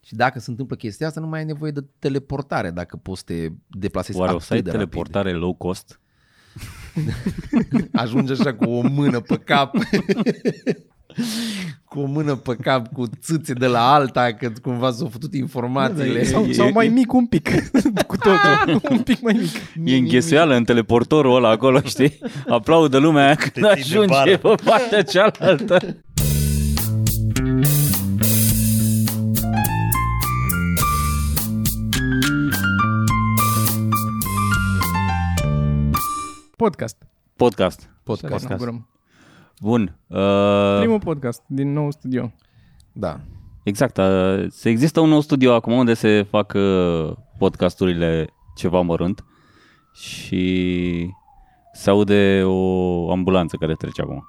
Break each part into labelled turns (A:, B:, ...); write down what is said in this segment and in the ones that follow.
A: Și dacă se întâmplă chestia asta, nu mai ai nevoie de teleportare dacă poți să te deplasezi
B: Oare o
A: atât
B: să ai
A: de rapid.
B: teleportare low cost?
A: Ajunge așa cu o mână pe cap. cu o mână pe cap, cu țâțe de la alta, că cumva s-au făcut informațiile.
B: Da,
C: Sau,
B: E-
C: sau mai
B: e- Ah!
C: mic un pic, cu totul, un pic mai mic.
B: E înghesuială în teleportorul ăla acolo, știi? Aplaudă lumea aia când
D: ții de
B: ajunge
D: bară.
B: pe partea cealaltă.
C: Podcast.
B: Podcast. Uh.
C: Podcast. Ne bucurăm.
B: Bun. Uh,
C: Primul podcast din nou studio.
A: Da.
B: exact. Uh, se există un nou studio acum unde se fac uh, podcasturile ceva mărunt și se aude o ambulanță care trece acum.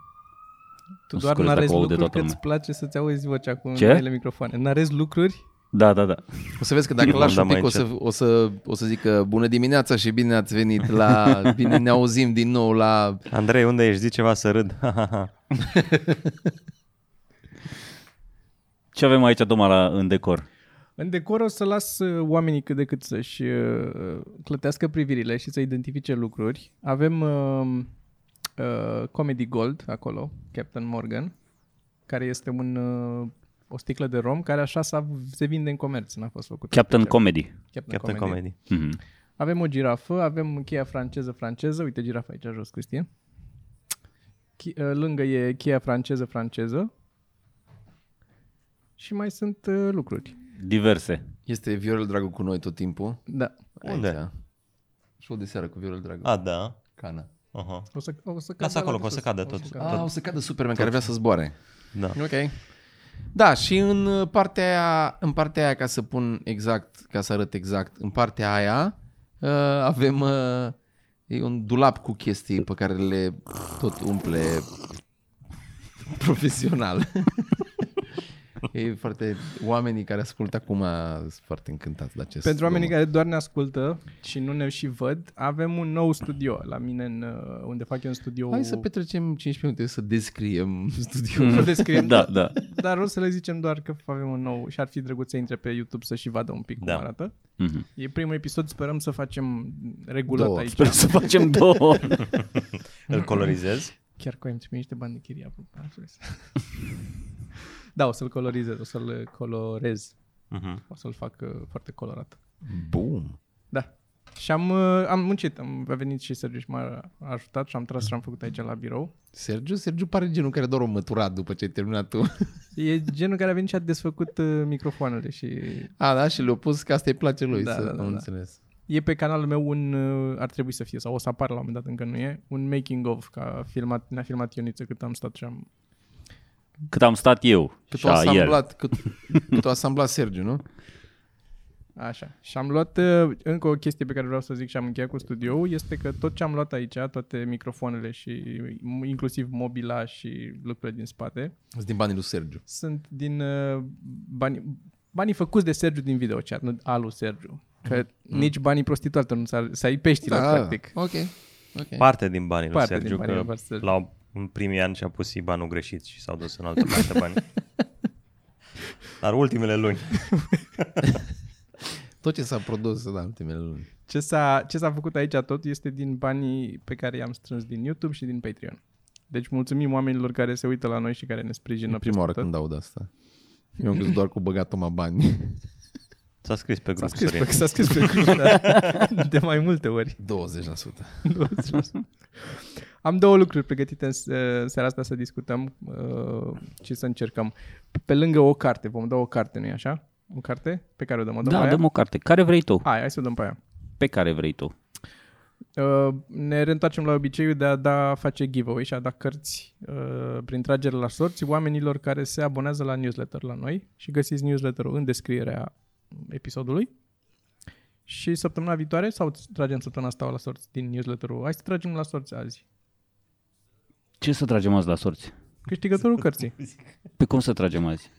C: Tu
B: Nu
C: doar
B: scuzați dacă
C: narezi
B: o aude
C: lucruri
B: toată
C: că îți
B: lumea.
C: place să-ți auzi vocea cu
B: Ce?
C: noile microfoane. Narezi lucruri?
B: Da, da, da.
A: O să vezi că dacă
D: Vom
A: lași
D: da
A: un pic
D: mai
A: o să, o, să, o să zică bună dimineața și bine ați venit la... Bine ne auzim din nou la...
D: Andrei, unde ești? Zi ceva să râd. Ha, ha, ha.
B: Ce avem aici, Toma, la, în decor?
C: În decor o să las uh, oamenii cât de cât să-și uh, clătească privirile și să identifice lucruri. Avem uh, uh, Comedy Gold acolo, Captain Morgan, care este un, uh, o sticlă de rom care așa s-a, se vinde în comerț, n-a fost făcută.
B: Captain
C: pe cea-
B: Comedy.
C: Captain,
D: Captain
C: Comedy.
D: Comedy.
B: Mhm.
C: Avem o girafă, avem cheia franceză franceză, uite girafa aici jos, Cristian. Chi- uh, Lângă e cheia franceză franceză. Și mai sunt uh, lucruri.
B: Diverse.
A: Este Viorel Dragu cu noi tot timpul.
C: Da.
D: Unde?
A: Aici. Show de seară cu Viorel Dragu.
D: A, da.
A: Cana.
D: Aha.
C: O să, o să cadă
D: Lasă acolo,
C: la
D: că o să
C: sus.
D: cadă
C: O să
D: tot.
C: cadă.
A: Ah, o să cadă Superman care vrea să zboare.
D: Da.
A: Ok. Da, și în uh, partea aia, în partea aia ca să pun exact, ca să arăt exact, în partea aia uh, avem uh, e un dulap cu chestii pe care le tot umple profesional. e foarte, oamenii care ascultă acum sunt foarte încântați de acest
C: Pentru oamenii
A: lucru.
C: care doar ne ascultă și nu ne și văd, avem un nou studio la mine în, uh, unde fac eu un studio.
A: Hai să petrecem 15 minute să descriem studioul.
D: Mhm.
C: Nu descriem,
B: Da, da.
C: dar o să le zicem doar că avem un nou și ar fi drăguț să intre pe YouTube să și vadă un pic
D: Da.
C: cum arată.
B: Mhm.
C: E primul episod, sperăm să facem regulat
A: Două.
C: aici.
B: Sper să facem două.
D: Îl colorizez.
C: Chiar că am trimis niște bani de chirie. apropo, am spus. da, o să-l colorizez, o să-l colorez,
D: Mhm.
C: o să-l fac uh, foarte colorat.
A: Boom!
C: Da. Și am, uh, am muncit, am a venit și Sergiu și m-a ajutat și am tras și am făcut aici la birou.
A: Sergiu, Sergiu pare genul care doar o măturat după ce ai terminat tu.
C: E genul care a venit și a desfăcut uh, microfoanele și
A: A, da, și le-a pus că asta îi place lui,
C: Da,
A: să
C: da, da,
A: am
C: da.
A: înțeles.
C: e pe canalul meu un, uh, ar trebui să fie, sau o să apară la un moment dat, încă nu e, un making of, că a filmat, ne-a filmat Ioniță cât am stat și am...
B: Cât am stat eu
A: Cât
B: și
A: o
B: a el.
A: asamblat, cât, cât o asamblat Sergiu, nu?
C: Așa. Și am luat uh, încă o chestie pe care vreau să o zic și am încheiat cu studioul, este că tot ce am luat aici, toate microfoanele și m- inclusiv mobila și lucrurile din spate,
A: Sunt din banii lui Sergiu.
C: sunt din uh, bani, banii făcuți de Sergiu din video chat, nu alu Sergiu. Că mm. nici banii prostituate nu s-ar, să ai peștile, da. practic.
A: Mhm. Ok. okay.
D: Parte din banii lui
C: Parte din
D: Sergiu,
C: banii
D: că
C: lui Sergiu.
D: la în primii ani și-a pus Ibanul greșit și s-au dus în altă parte bani. Dar ultimele luni.
A: Tot ce s-a produs da, în ultimele luni.
C: Ce s-a, ce s-a făcut aici tot este din banii pe care i-am strâns din YouTube și din Patreon. Deci mulțumim oamenilor care se uită la noi și care ne sprijină.
A: E prima oară
C: peste tot.
A: când aud asta. Eu am crezut doar cu băgat mă bani.
D: S-a scris
C: S-a
D: pe grup,
C: scris
D: Sorin.
C: pe, s-a scris pe grup, da. de mai multe ori.
A: 20%.
C: Am două lucruri pregătite în se- în seara asta să discutăm uh, și să încercăm. Pe lângă o carte, vom da o carte, nu-i așa? O carte pe care o dăm, o dăm pe
B: Da,
C: aia?
B: dăm o carte. Care vrei tu?
C: Hai, hai să o dăm pe aia.
B: Pe care vrei tu?
C: Uh, ne reîntoarcem la obiceiul de a da, face giveaway și a da cărți uh, prin tragere la sorți oamenilor care se abonează la newsletter la noi și găsiți newsletterul în descrierea episodului. Și săptămâna viitoare, sau tragem săptămâna asta la sorți din newsletterul? Hai să tragem la sorți azi.
B: Ce să tragem azi la sorți?
C: Câștigătorul cărții.
B: Pe cum să tragem azi?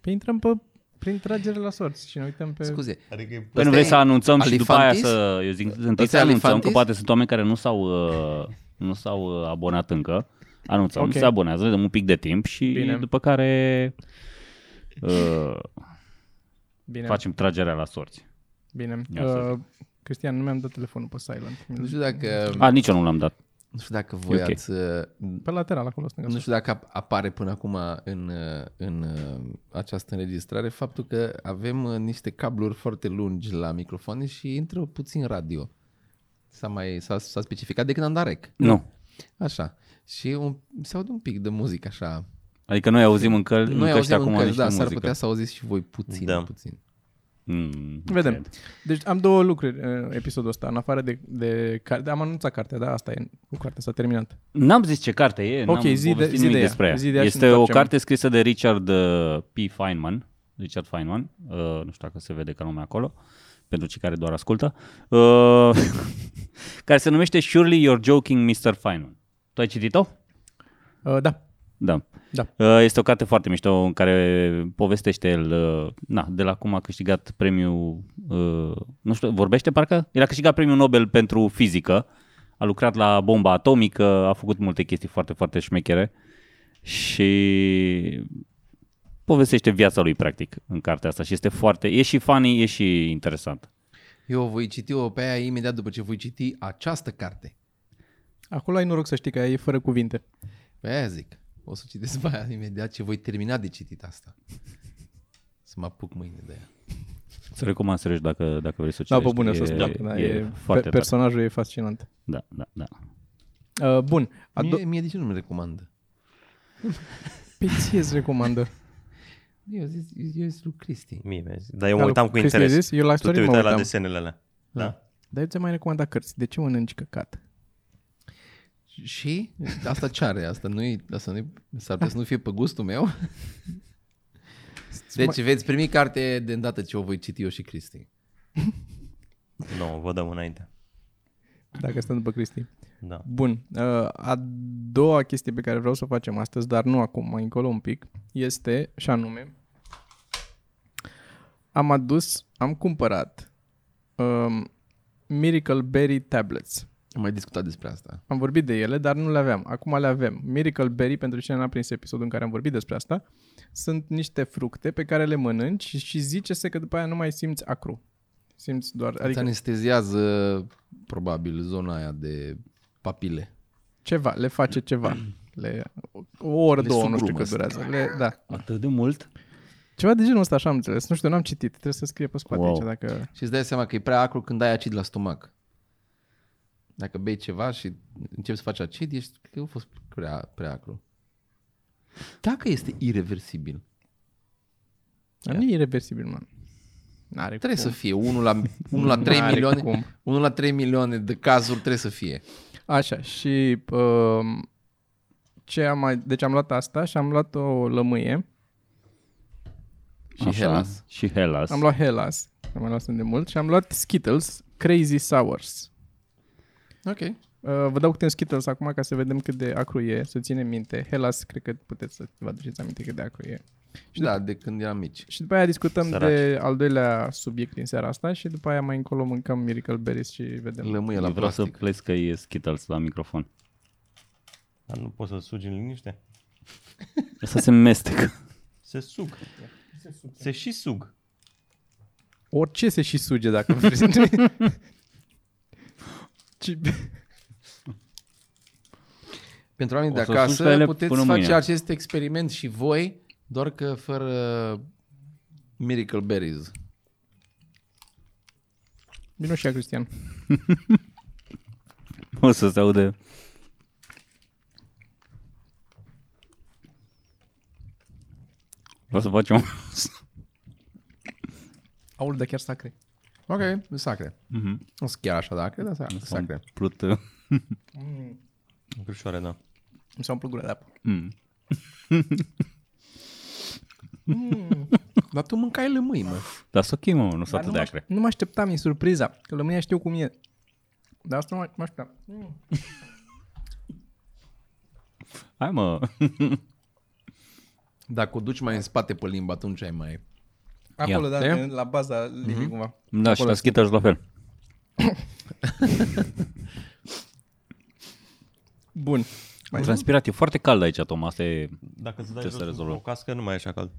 C: Păi intrăm pe, prin tragere la sorți și ne uităm pe...
A: Scuze.
D: Adică e
B: Păi nu vrei să anunțăm și după aia
A: Alifantis?
B: să... Eu zic,
A: Ăsta
B: întâi să
A: e
B: anunțăm, că
A: Alifantis?
B: poate sunt oameni care nu s-au, uh, nu s-au uh, abonat încă. Anunțăm,
C: Ok.
B: se abonează, le dăm un pic de timp și
C: Bine.
B: după care... Uh,
C: Bine,
B: Facem tragerea la sorți.
C: bine.
B: Ia să
C: Uh, Cristian, nu mi-am dat telefonul pe silent.
A: Nu știu dacă,
B: A, nici eu nu l-am dat.
A: nu știu dacă voi
B: E ok.
A: ați... uh,
C: Pe lateral, acolo, stânga.
A: Nu știu dacă ap- apare până acum în, uh, în uh, această înregistrare faptul că avem uh, niște cabluri foarte lungi la microfoane și intră puțin radio. S-a, mai, s-a, s-a specificat de când am dat rec.
B: Nu.
A: Așa. Și un, se aude un pic de muzică așa.
B: Adică noi auzim încă, noi încă
A: auzim
B: ăștia acum
A: încă,
B: niște
A: da, s-ar
B: muzică.
A: putea să auziți și voi puțin, da.
D: Da.
A: puțin.
B: Mm, nu
C: Vedem.
B: cred.
C: Deci am două lucruri în episodul ăsta, în afară de, de carte. Am anunțat cartea, da, asta e. Cu cartea s-a terminat.
B: N-am zis ce carte e,
C: Ok,
B: n-am
C: zi de-
B: povestit
C: zi
B: nimic
C: de ea.
B: despre ea.
C: Zi de ea și
B: este
C: ne
B: o
C: întoarcem.
B: carte scrisă de Richard uh, P. Feynman, Richard Feynman, uh, nu știu dacă se vede ca nume acolo, pentru cei care doar ascultă, uh, care se numește Surely You're Joking, Mr. Feynman. Tu ai citit-o?
C: Uh, da,
B: Da.
C: Da.
B: Uh, Este o carte foarte mișto în care povestește el, uh, na, de la cum a câștigat premiul, uh, nu știu, vorbește parcă? El a câștigat premiul Nobel pentru fizică, a lucrat la bomba atomică, a făcut multe chestii foarte, foarte șmechere și povestește viața lui practic în cartea asta și este foarte, e și funny, e și interesant.
A: Eu voi citi-o pe aia imediat după ce voi citi această carte.
C: acolo ai noroc să știi că e fără cuvinte.
A: Pe aia zic. O să citesc pe aia imediat ce voi termina de citit asta. Să mă apuc mâine de ea.
B: Să recomand să dacă, dacă vrei să o
C: Da,
B: citești.
C: pe bune
B: e,
C: să spun. Da,
B: e,
C: e,
B: foarte
C: pe,
B: tare.
C: personajul e fascinant.
B: Da, da, da.
C: Uh, bun. A do-
A: Mie, mie de ce nu mi recomandă?
C: pe ție îți recomandă.
A: Eu zis, eu zis lui Cristi.
D: Mie mi-a zis. Dar eu mă
C: Da,
D: uitam
C: lui
D: cu
C: Cristi
D: interes.
C: a zis, eu la
D: tu
C: story
D: te
C: mă
D: uitai la
C: uitam.
D: desenele alea. Da.
C: Dar eu ți-am mai recomandat cărți. De ce mănânci căcat?
A: Și asta ce are? Asta nu asta nu s-ar putea să nu fie pe gustul meu. Deci veți primi carte de îndată ce o voi citi eu și Cristi.
D: Nu, vă dăm înainte.
C: Dacă stăm după Cristi.
D: Da.
C: Bun. Uh, A doua chestie pe care vreau să o facem astăzi, dar nu acum, mai încolo un pic, este, și anume, am adus, am cumpărat um, Miracle Berry Tablets.
A: Am mai discutat despre asta.
C: Am vorbit de ele, dar nu le aveam. Acum le avem. Miracle Berry, pentru cine n-a prins episodul în care am vorbit despre asta, sunt niște fructe pe care le mănânci și- și zice-se că după aia nu mai simți acru. Simți doar...
A: Adică... Îți
C: Adică
A: anesteziază probabil zona aia de papile.
C: ceva, le face ceva. Le, o oră,
A: Le
C: două, nu știu
A: sugrumă
C: cât durează. Le, da.
B: Atât de mult?
C: Ceva de genul ăsta, așa am înțeles. Nu știu, n-am citit. Trebuie să scrie pe spate wow.
B: Wow.
C: aici dacă...
A: Și îți dai seama că e prea acru când ai acid la stomac. Dacă bei ceva și începi să faci acid, ești, cred că a fost prea, prea acru. Dacă este irreversibil,
C: Dar nu e irreversibil, mă. N-are
A: trebuie
C: cum.
A: să fie 1 la, 1 la 3
C: N-are
A: milioane.
C: cum.
A: 1 la 3 milioane de cazuri trebuie să fie.
C: Așa, și... Um, ce am mai... Deci am luat asta și am luat o lămâie.
A: Și Hellas.
B: Și Hellas.
C: Am luat Hellas, am mai luat de mult. Și am luat Skittles Crazy Sours.
A: Ok.
C: Uh, vă dau câte un Skittles acum ca să vedem cât de acru e, să ținem minte. Hellas, cred că puteți să vă aduceți aminte cât de acru e.
A: Și da, de când eram mici.
C: Și după aia discutăm
D: Săraci.
C: de al doilea subiect din seara asta și după aia mai încolo mâncăm Miracle Berries și vedem.
A: Lămâie la
B: Eu vreau să
A: plastic.
B: plec că e Skittles la microfon.
D: Dar nu poți să sugi în liniște?
B: Să se mestecă.
D: Se sug. Se și sug.
C: Orice se și suge dacă vrei. Ci...
A: Pentru oamenii de
B: O să suci pe
A: acasă
B: ele
A: puteți
B: până
A: face
B: mâine.
A: acest experiment și voi, doar că fără Miracle Berries.
C: Vino și ea, Cristian.
B: O să se aude. Vreau să facem un...
C: Aul de chiar sacre.
A: Ok, e sacre. Mm-hmm. Nu sunt chiar așa, da, cred, dar sa- sacre.
B: Plut.
D: Crușoare, da.
C: Mi s-a umplut gura de apă.
A: Dar tu mâncai lămâi, mă.
B: Dar sunt ok, mă, nu sunt atât de acre.
C: Nu mă așteptam, e surpriza. Că lămâia știu cum e. Dar asta nu mă- mă așteptam.
B: Hai, mă. Da,
A: Dacă o duci mai în spate pe limbă, atunci ai mai...
C: Acolo,
B: Ia.
C: da,
B: Ia.
C: la baza limbii cumva.
B: Da, și la Skittles la fel.
C: Bun.
B: Am transpirat, e foarte cald aici, Tom. Asta e...
D: Dacă îți dai
B: Ce să
D: jos
B: rezolvăm?
D: Ah. o cască, nu mai e așa cald.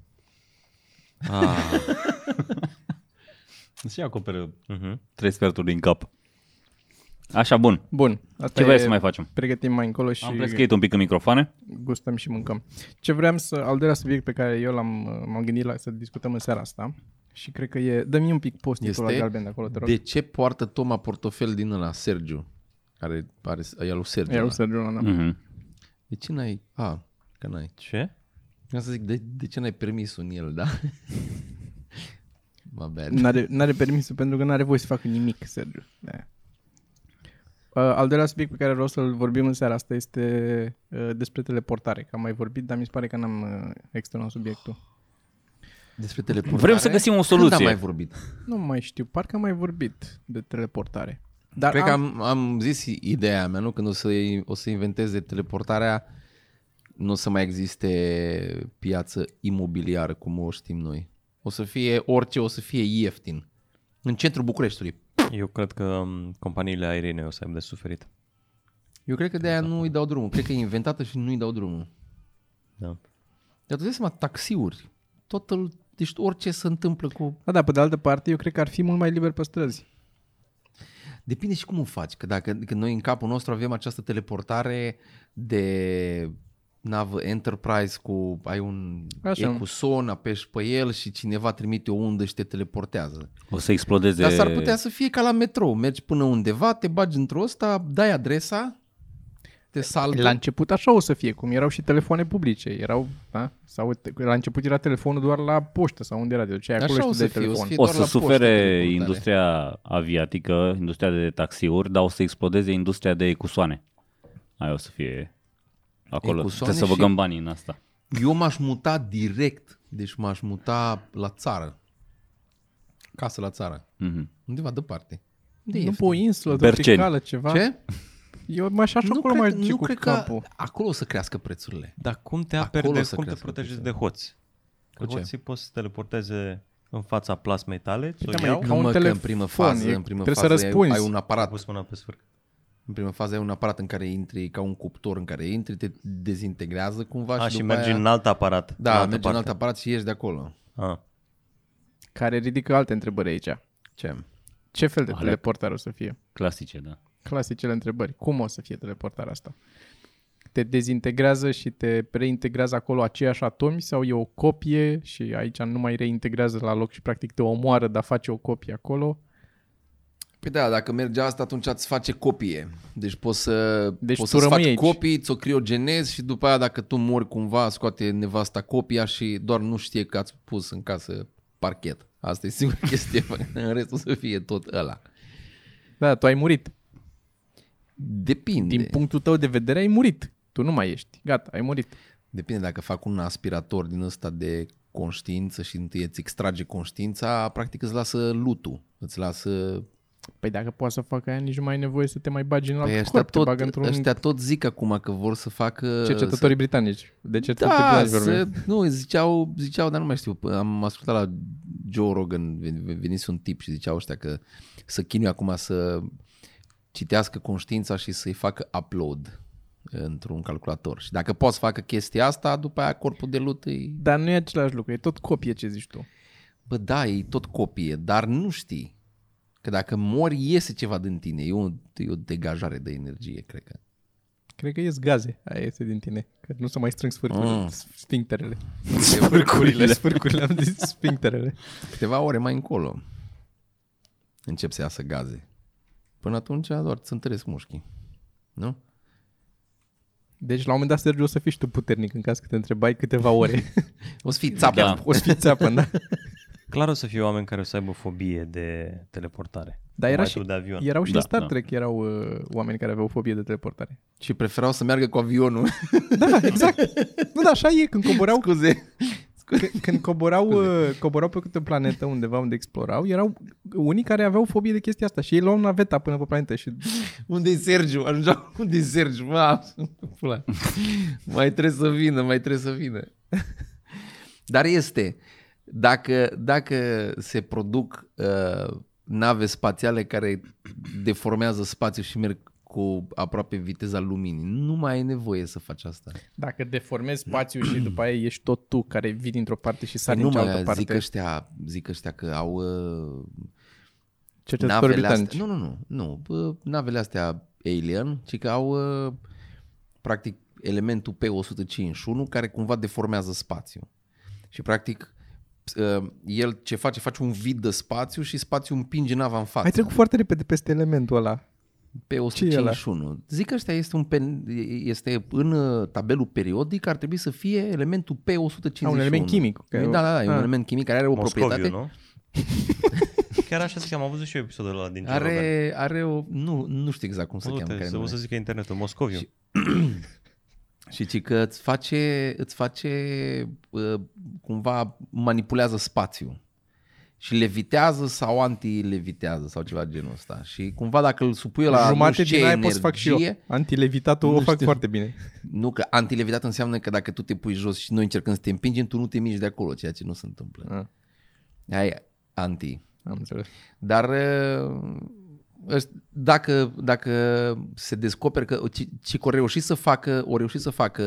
B: Și acoperă
D: Uh-huh.
B: trei sferturi din cap. Așa, bun.
C: Bun. Asta
B: Ce
C: e-
B: vrei să mai facem?
C: Pregătim mai încolo și
B: Am plescăit un pic în microfoane.
C: gustăm și mâncăm. Ce vreau să... Al doilea subiect pe care eu l-am, m-am gândit la, să discutăm în seara asta și cred că e... Dă-mi un pic post-itul la
A: Este
C: galben de acolo, te rog.
A: De ce poartă Toma portofel din ăla, Sergiu? Care pare, e al lui Sergiu.
C: Ia
A: ăla.
C: lui Sergiu da. Lana.
B: Mm-hmm.
A: De ce n-ai... A, că n-ai.
D: Ce?
A: Vreau să zic, de, de ce n-ai permis un el, da? Mă bad.
C: N-are, n-are permisul pentru că n-are voie să facă nimic, Sergiu. Da. Uh, al doilea subiect pe care vreau să-l vorbim în seara asta este uh, despre teleportare. Că am mai vorbit, dar mi se pare că n-am uh, externat subiectul.
A: Despre teleportare.
B: Vrem să găsim o soluție.
A: Când am mai vorbit?
C: Nu mai știu, parcă am mai vorbit de teleportare. Dar
A: Cred
C: am,
A: că am, am zis ideea mea, nu? Când o să, o să inventeze teleportarea, nu o să mai existe piață imobiliară, cum o știm noi. O să fie orice, o să fie ieftin. În centrul Bucureștiului.
D: Eu cred că um, companiile aeriene o să aibă de suferit.
A: Eu cred că de aia nu îi dau drumul. Cred că e inventată și nu îi dau drumul.
D: Da.
A: Dar tu dai seama, taxiuri. Totul, deci orice se întâmplă cu...
C: Da, da, pe de altă parte, eu cred că ar fi mult mai liber pe străzi.
A: Depinde și cum o faci. Că dacă că noi în capul nostru avem această teleportare de navă Enterprise cu ai un
C: Așa.
A: ecuson, apeși pe el și cineva trimite o undă și te teleportează.
B: O să explodeze...
A: De... Dar s-ar putea să fie ca la metrou. Mergi până undeva, te bagi într-o ăsta, dai adresa, te salvă.
C: La început așa o să fie, cum erau și telefoane publice. Erau, da? Sau te- la început era telefonul doar la poștă sau unde era. Deci acolo
A: Așa
C: și
A: o
C: tu
A: să
C: dai
A: fie, o
C: telefon.
A: să fie
B: O
A: doar
B: să
A: la poștă
B: sufere
A: teleportare.
B: industria aviatică, industria de taxiuri, dar o să explodeze industria de ecusoane. Aia o să fie acolo.
A: Ecusoane
B: Ecusoane Trebuie să
A: și-
B: băgăm banii în asta.
A: Eu m-aș muta direct, deci m-aș muta la țară. Casă la țară.
B: Mm-hmm.
C: Mhm.
A: Undeva departe. De
C: Nu
A: ieftin.
C: pe o insulă
B: Berceni.
C: tropicală, ceva.
A: Ce?
C: Eu m-aș așa acolo mai duce cu capul.
A: acolo o să crească prețurile.
D: Dar cum te
A: Acolo
D: aperi, de,
A: să
D: cum te
A: crească
D: protejezi de
A: prețurile.
D: hoți? Că
A: Cu ce?
D: hoții poți să teleporteze în fața plasmei tale, ți-o
C: Uite, mă,
D: iau,
C: e
A: nu
C: un
A: mă, că în
C: telefon,
A: primă fază,
C: e-
A: în primă
C: trebuie să
A: fază ai,
C: răspunzi.
A: ai un
D: am
A: aparat.
D: pus mâna pe sfârc.
A: În prima fază ai un aparat în care intri, ca un cuptor în care intri, te dezintegrează cumva
D: A,
A: și,
D: Ah, și
A: după
D: mergi
A: aia,
D: în alt aparat.
A: Da,
D: în
A: mergi
D: altă
A: în alt
D: parte. Ah.
A: aparat și ieși de acolo.
D: A,
C: Care ridică alte întrebări aici.
A: Ce?
C: Ce fel de
B: Ale-
C: teleportare o să fie?
B: Clasice, da.
C: Clasicele întrebări. Cum o să fie teleportarea asta? Te dezintegrează și te reintegrează acolo aceiași atomi sau e o copie și aici nu mai reintegrează la loc și practic te omoară, dar face o copie acolo?
A: Păi da, dacă merge asta, atunci îți face copie. Deci poți să
C: Deci
A: poți
C: tu
A: să faci
C: rămâi aici.
A: copii, ți-o criogenezi și după aia dacă tu mori cumva, scoate nevasta copia și doar nu știe că ați pus în casă parchet. Asta e singura chestie. în rest o să fie tot ăla.
C: Da, tu ai murit.
A: Depinde.
C: Din punctul tău de vedere ai murit. Tu nu mai ești. Gata, ai murit.
A: Depinde dacă fac un aspirator din ăsta de conștiință și întâi îți extrage conștiința, practic îți lasă lutul, îți lasă...
C: Păi dacă poate să facă aia, nici nu mai ai nevoie să te mai bagi în alt
A: Păi ăștia
C: corp, tot, te
A: tot,
C: bagă într-un
A: ăștia tot zic acum că vor să facă...
C: cercetătorii britanici. De
A: să...
C: cercetători
A: Da,
C: britanici vorbim.
A: să, nu, ziceau, ziceau, dar nu mai știu, am ascultat la Joe Rogan, ven- venise un tip și ziceau ăștia că să chinuie acum să citească conștiința și să-i facă upload într-un calculator. Și dacă poți să facă chestia asta, după aia corpul de lut îi
C: Dar nu e același lucru, e tot copie ce zici tu.
A: Bă, da, e tot copie, dar nu știi. Că dacă mori, iese ceva din tine. E o, e o degajare de energie, cred că.
C: Cred că ies gaze, aia este din tine. Că nu se mai strâng sfârcurile,
A: Mm.
C: mm. sfincterele.
B: Sfârcurile.
C: Sfârcurile, am zis sfincterele.
A: Câteva ore mai încolo încep să iasă gaze. Până atunci doar ți întăresc mușchii. Nu?
C: Deci la un moment dat, Sergiu, o să fii și tu puternic în caz că te întrebai câteva ore.
A: O să fii țapă.
B: Da.
C: o să fii țeapăn, da?
D: clar o să fie oameni care o să aibă fobie de teleportare.
C: Dar era
D: Mai
C: și,
D: tu de avion.
C: erau și
B: Da,
C: da, Star
B: da.
C: Trek, erau uh, oameni care aveau fobie de teleportare.
A: Și preferau să meargă cu avionul.
C: Da, exact. Nu, dar așa e, când coborau,
A: Scuze.
C: c- când coborau, uh, coborau pe câte o planetă undeva unde explorau, erau unii care aveau fobie de chestia asta și ei luau naveta până pe planetă și
A: Unde-i Sergiu? Ajungeau unde-i Sergiu? Mă, pula. mai trebuie să vină, mai trebuie să vină. Dar este. Dacă, dacă se produc uh, nave spațiale care deformează spațiul și merg cu aproape viteza luminii. Nu mai ai nevoie să faci asta.
C: Dacă deformezi spațiul și după aia ești tot tu care vii dintr-o parte și sari
A: Păi nu
C: în
A: mai
C: cealaltă parte.
A: zic ăștia, zic ăștia că au uh,
C: Cercetători
A: navele
C: britanci.
A: astea. Nu, nu, nu. nu bă, navele astea alien, ci că au uh, practic elementul P151 care cumva deformează spațiul. Și practic uh, el ce face, face un vid de spațiu și spațiul împinge nava în față.
C: Ai trecut foarte repede peste elementul ăla.
A: pe
C: Ce e ăla?
A: 151. Zic că ăsta este, un pen, este în uh, tabelul periodic, ar trebui să fie elementul P151.
C: Ah, un element chimic, că
A: Da,
C: e o-
A: da, da, e un
C: Ah.
A: element chimic care are o
D: Moscoviu,
A: proprietate.
D: nu? Chiar așa se cheamă, am văzut și eu episodul ăla din Cerogan.
A: Are, are o... Nu, nu știu exact cum se cheamă.
D: Du-te,
A: care
D: să o
A: nume.
D: să zică internetul, Moscoviu.
A: Și- Și ci că îți face, îți face uh, cumva manipulează spațiul și levitează sau anti-levitează sau ceva genul ăsta. Și cumva dacă îl supui la nu
C: Jumate
A: știu ce
C: din aia
A: energie,
C: pot să fac și eu. Antilevitatul o fac foarte bine.
A: Nu, că antilevitat înseamnă că dacă tu te pui jos și noi încercăm să te împingem, tu nu te miști de acolo, ceea ce nu se întâmplă.
C: Ah,
A: Aia e anti.
C: am înțeles.
A: Dar uh, ăst- dacă, dacă se descoperă că ci- ci că o reușit să facă, o reușit să facă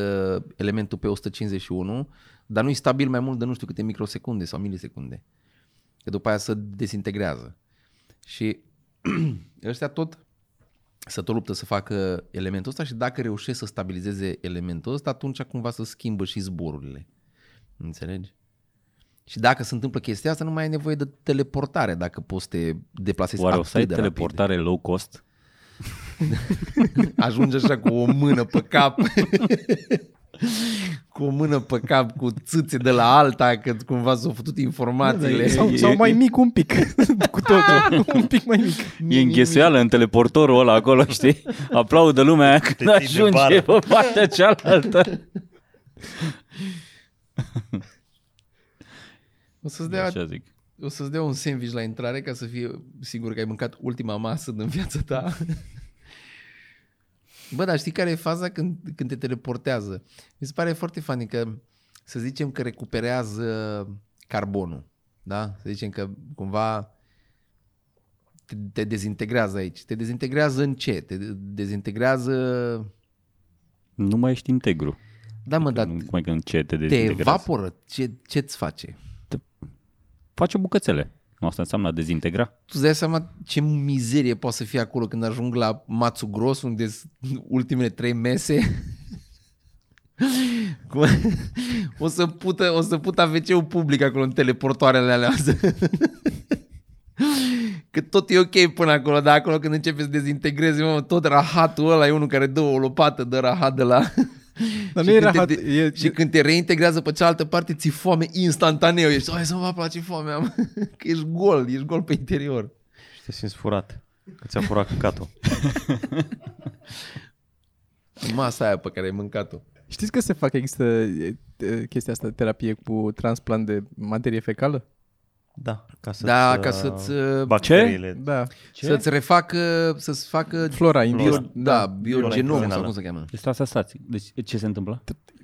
A: elementul pe 151, dar nu e stabil mai mult de nu știu câte microsecunde sau milisecunde. Că după aia se dezintegrează. Și ăștia tot să tot luptă să facă elementul ăsta și dacă reușesc să stabilizeze elementul ăsta, atunci cumva să schimbă și zborurile. Înțelegi? Și dacă se întâmplă chestia asta, nu mai ai nevoie de teleportare dacă poți să te deplasezi
B: Oare o
A: atât
B: să ai
A: de rapid.
B: teleportare low cost?
A: Ajunge așa cu o mână pe cap. cu o mână pe cap, cu țâțe de la alta, că cumva s-au făcut informațiile.
C: Sau,
B: e-
C: sau
B: e-
C: mai mic un pic. Cu totul. un pic mai mic.
B: E înghesuială în teleportorul ăla acolo, știi? Aplaudă lumea aia când
D: ții de
B: ajunge
D: bară.
B: pe partea cealaltă.
A: O să-ți dea,
B: Așa zic.
A: o să-ți dea un sandwich la intrare ca să fie sigur că ai mâncat ultima masă din viața ta. Bă, dar știi care e faza când, când te teleportează? Mi se pare foarte funny că să zicem că recuperează carbonul, da? Să zicem că cumva te, te dezintegrează aici. Te dezintegrează în ce? Te de- dezintegrează...
B: Nu mai ești integru.
A: Da, mă, dar
B: Nu mai că în ce te
A: te
B: dezintegrezi.
A: evaporă. Ce, ce-ți face?
B: Face bucățele. Nu, Asta înseamnă a dezintegra.
A: tu îți dai seama ce mizerie poate să fie acolo când ajung la Mațu Gros, unde sunt ultimele trei mese. Cum- o să pută, o să pută AVC-ul public acolo în teleportoarele alea. Că tot e ok până acolo, dar acolo când începe să dezintegrezi, mă, tot rahatul ăla e unul care dă o lopată de rahat de la...
C: Dar
A: Și
C: nu e
A: când te-
C: rahat, e-
A: Și când te reintegrează pe cealaltă parte, ți foame instantaneu. Ești, ai să mă place foame am. Că ești gol, ești gol pe interior.
D: Și te simți furat. Că ți-a furat căcatul.
A: Masa aia pe care ai mâncat-o.
C: Știți că se fac, există e, e, chestia asta, terapie cu transplant de materie fecală?
D: Da, ca să
A: Da, ca să-ți, uh,
D: Bacteriile.
C: Da.
A: Să-ți refacă, să-ți facă...
C: Flora
A: Bio,
C: indiană.
A: da, biogenom sau
D: intestinală.
A: cum se cheamă.
B: Este asasații. Deci ce se întâmplă?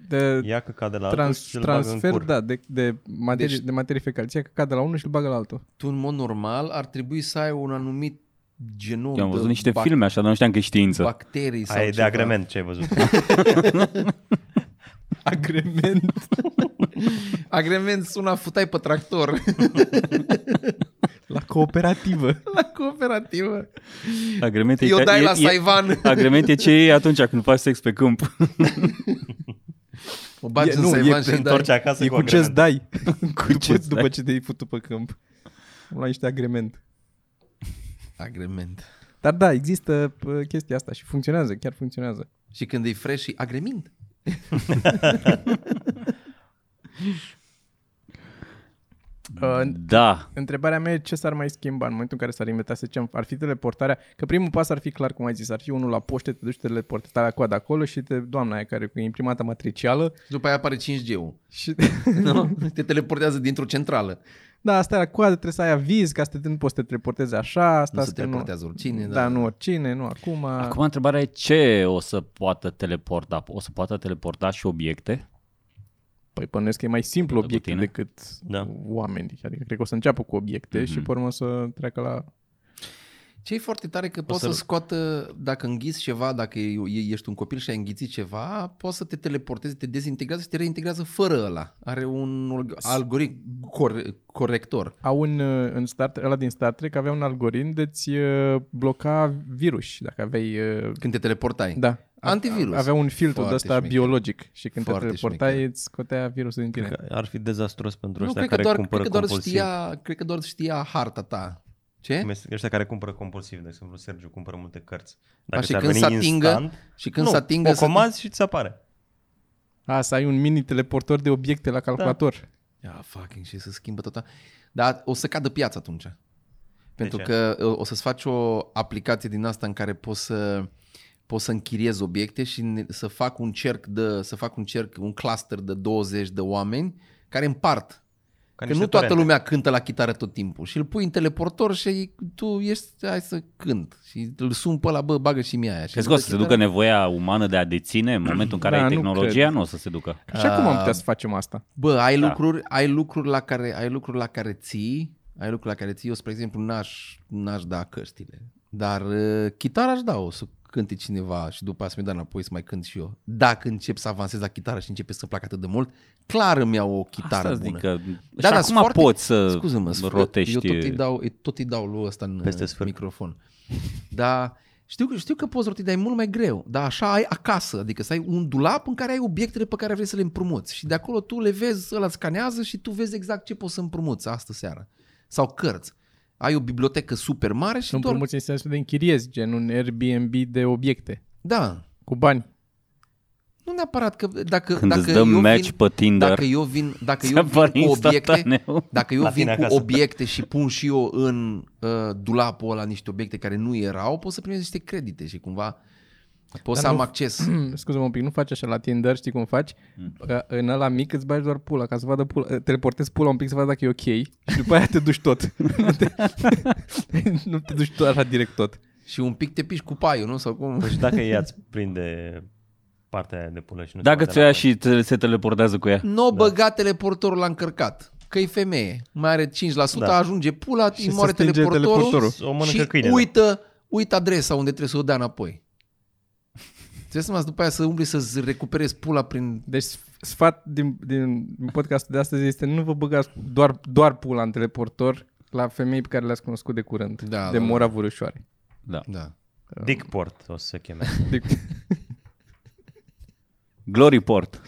C: De
D: Ia căca de la altul
C: trans,
D: și îl bagă în
C: transfer,
D: cur.
C: da, de, de, materie,
A: Deci-
C: de materie fecală. Ție că cade la unul și îl bagă la altul.
A: Tu, în mod normal, ar trebui să ai un anumit genom
B: Eu am văzut
A: de
B: niște
A: bac-
B: filme așa, dar nu știam că e știință.
A: Bacterii sau
D: Aia e de
A: ceva.
D: agrement ce ai văzut.
C: Agrement.
A: Agrement sună a futai pe tractor
C: La cooperativă.
A: la cooperativă.
B: Agrement e,
A: Eu
B: ca-
A: dai
B: e-
A: la
B: e-
A: Saivan.
B: Agrement e ce e atunci când faci sex pe câmp.
A: O bagi
C: E-
A: în
C: nu, e
A: Saivan și
D: Te
A: îi dai.
D: întorci acasă
C: e
D: cu
C: cu ce-ți
D: agrement.
C: dai. Cu
B: ce-ți
C: ce după ce te-ai putut pe câmp. Am luat niște agrement.
A: Agrement.
C: Dar da, există pă, chestia asta și funcționează, chiar funcționează.
A: Și când e fresh și agrement.
C: Uh,
B: Da.
C: Întrebarea mea e ce s-ar mai schimba în momentul în care s-ar inventa, să zicem, ar fi teleportarea, că primul pas ar fi clar, cum ai zis, ar fi unul la poște, te duci, te teleportezi la coadă acolo și te, doamna aia care cu imprimata matricială
A: Și după aia apare 5G-ul.
C: și...
A: Nu? Te teleportează dintr-o centrală.
C: da, asta e la coadă, trebuie să ai aviz, ca să te, nu poți să te teleportezi așa, asta
A: Nu se
C: asta
A: teleportează oricine.
C: Da,
A: dar-
C: nu oricine, nu acum.
B: Acum întrebarea e ce o să poată teleporta? O să poată teleporta și obiecte?
C: Păi bănuiesc că e mai simplu
B: Pe
C: obiecte
B: tine.
C: decât
D: Da.
C: oameni. Adică cred că o să înceapă cu obiecte și pe urmă o să treacă la...
A: Ce e foarte tare că poți să...
D: să-
A: să scoată, dacă înghiți ceva, dacă e- e- ești un copil și ai înghițit ceva, poți să te teleportezi, te dezintegrează și te reintegrează fără ăla. Are un alg- algoritm cor- corector.
C: Au în, uh, în Star, ăla din Star Trek avea un algoritm de ți uh, bloca virus dacă aveai uh,
A: Când te teleportai.
C: da, a-
A: Antivirus.
C: Avea un filtru de
A: Foarte
C: ăsta
A: șmecher.
C: biologic și când
A: Foarte
C: te teleportai
A: șmecher.
C: îți scotea virusul din tine.
D: Că Ar fi dezastros pentru
A: Nu,
D: ăștia
A: cred că,
D: care
A: doar, cred
D: cumpără
A: că doar
D: compulsiv.
A: știa, cred că doar știa harta ta. Ce?
D: Cum este- Ăștia care cumpără compulsiv, de exemplu, Sergiu cumpără multe cărți.
A: Așa,
D: ți-ar
A: când
D: veni
A: se atingă-
D: instant,
A: și când
D: nu,
A: se atingă
D: O
A: să-
D: comanzi și ți apare.
C: A, să ai un mini teleportor de obiecte la calculator.
A: Ah, fucking, și se schimbă tot. a- Dar o să cadă piața atunci. Pentru
D: ce?
A: că uh, o să-ți faci o aplicație din asta în care poți să poți să închiriezi obiecte și ne- să fac un cerc de, să fac un cerc, un cluster de 20 de oameni care împart.
D: Ca
A: că
D: niște
A: nu toată
D: torente.
A: lumea cântă la chitară tot timpul și îl pui în teleportor și tu ești, hai să cânt și îl sun pe ăla, bă, bagă și mie aia. Și
B: Crezi că o
A: la
B: să se
A: chitară-
B: ducă nevoia umană de a deține în momentul în care
C: Da,
B: ai
C: nu
B: tehnologia?
C: cred.
B: Nu, o să se ducă.
A: Da.
C: Și acum am putea să facem asta.
A: Bă, ai
B: Da.
A: da. lucruri, ai lucruri la care ai lucruri la care ții, ai lucruri la care ții. Eu, spre exemplu, n-aș, n-aș da căștile, dar uh, chitara aș da o să cânte cineva și după aia să-mi dea înapoi să mai cânt și eu. Dacă încep să avansez la chitară și începe să-mi placă atât de mult, clar îmi iau o chitară
B: Asta
A: bună.
B: zic că...
A: Da, da,
B: și acum
A: sunt foarte-
B: poți să
A: Scuze-mă, sfă-
B: rotești...
A: Eu tot îi dau, îi- tot îi dau lui ăsta în
D: Peste
A: uh,
D: sfârc.
A: microfon. Dar știu, că- știu că poți roti, dar e mult mai greu. Dar așa ai acasă, adică să ai un dulap în care ai obiectele pe care vrei să le împrumuți. Și de acolo tu le vezi, ăla scanează și tu vezi exact ce poți să împrumuți astă seară. Sau cărți. Ai o bibliotecă super mare și
C: Nu
A: doar...
C: împrumuți în sensul de închiriezi, gen un Airbnb de obiecte,
A: Da.
C: cu bani.
A: Nu neapărat că dacă,
B: Când
A: dacă
B: îți dăm
A: eu
B: match
A: vin,
B: pe Tinder,
A: dacă eu vin, dacă
B: ți
A: eu vin
B: apare
A: cu obiecte, Da.
B: instantaneu.
A: dacă eu
D: La
A: vin
D: tine
A: cu
D: acasă.
A: obiecte și pun și eu în uh, dulapul ăla niște obiecte care nu erau, pot să primesc niște credite și cumva pot
C: Dar
A: să am
C: nu-
A: acces.
C: Scuze-mă un pic, nu faci așa la Tinder, știi cum faci?
A: Mm.
C: Că În ăla mic îți bagi doar pula, ca să vadă pula. eh, Teleportezi pula un pic să vadă dacă e ok și după aia te duci tot. Nu te- nu te duci tot așa direct tot.
A: Și un pic te piși cu paiul, nu? Sau cum?
D: Păi și dacă ea îți prinde partea aia de pulă și nu
B: Dacă
D: ți
B: ți-o ia și te- se teleportează cu ea.
A: Nu o băga teleportorul la încărcat. Că e femeie, mai are 5%, da.
D: Da.
A: ajunge pula,
C: Și
A: îi
C: se
A: moare
C: stinge
A: teleportorul,
C: teleportorul.
D: O mănâncă
A: și
D: câinele.
A: uită, uită adresa unde trebuie să o dea înapoi. Trebuie să mă după aia să umbli să-ți recuperezi pula prin...
C: Deci sf- sfat din, din podcastul de astăzi este nu vă băgați doar, doar pula în teleportor la femei pe care le-ați cunoscut de curând,
A: Da,
C: de
A: da,
C: mora vârâșoare.
B: Da.
A: Da.
D: Dickport o să se cheme.
C: Adică,
B: Glory Port.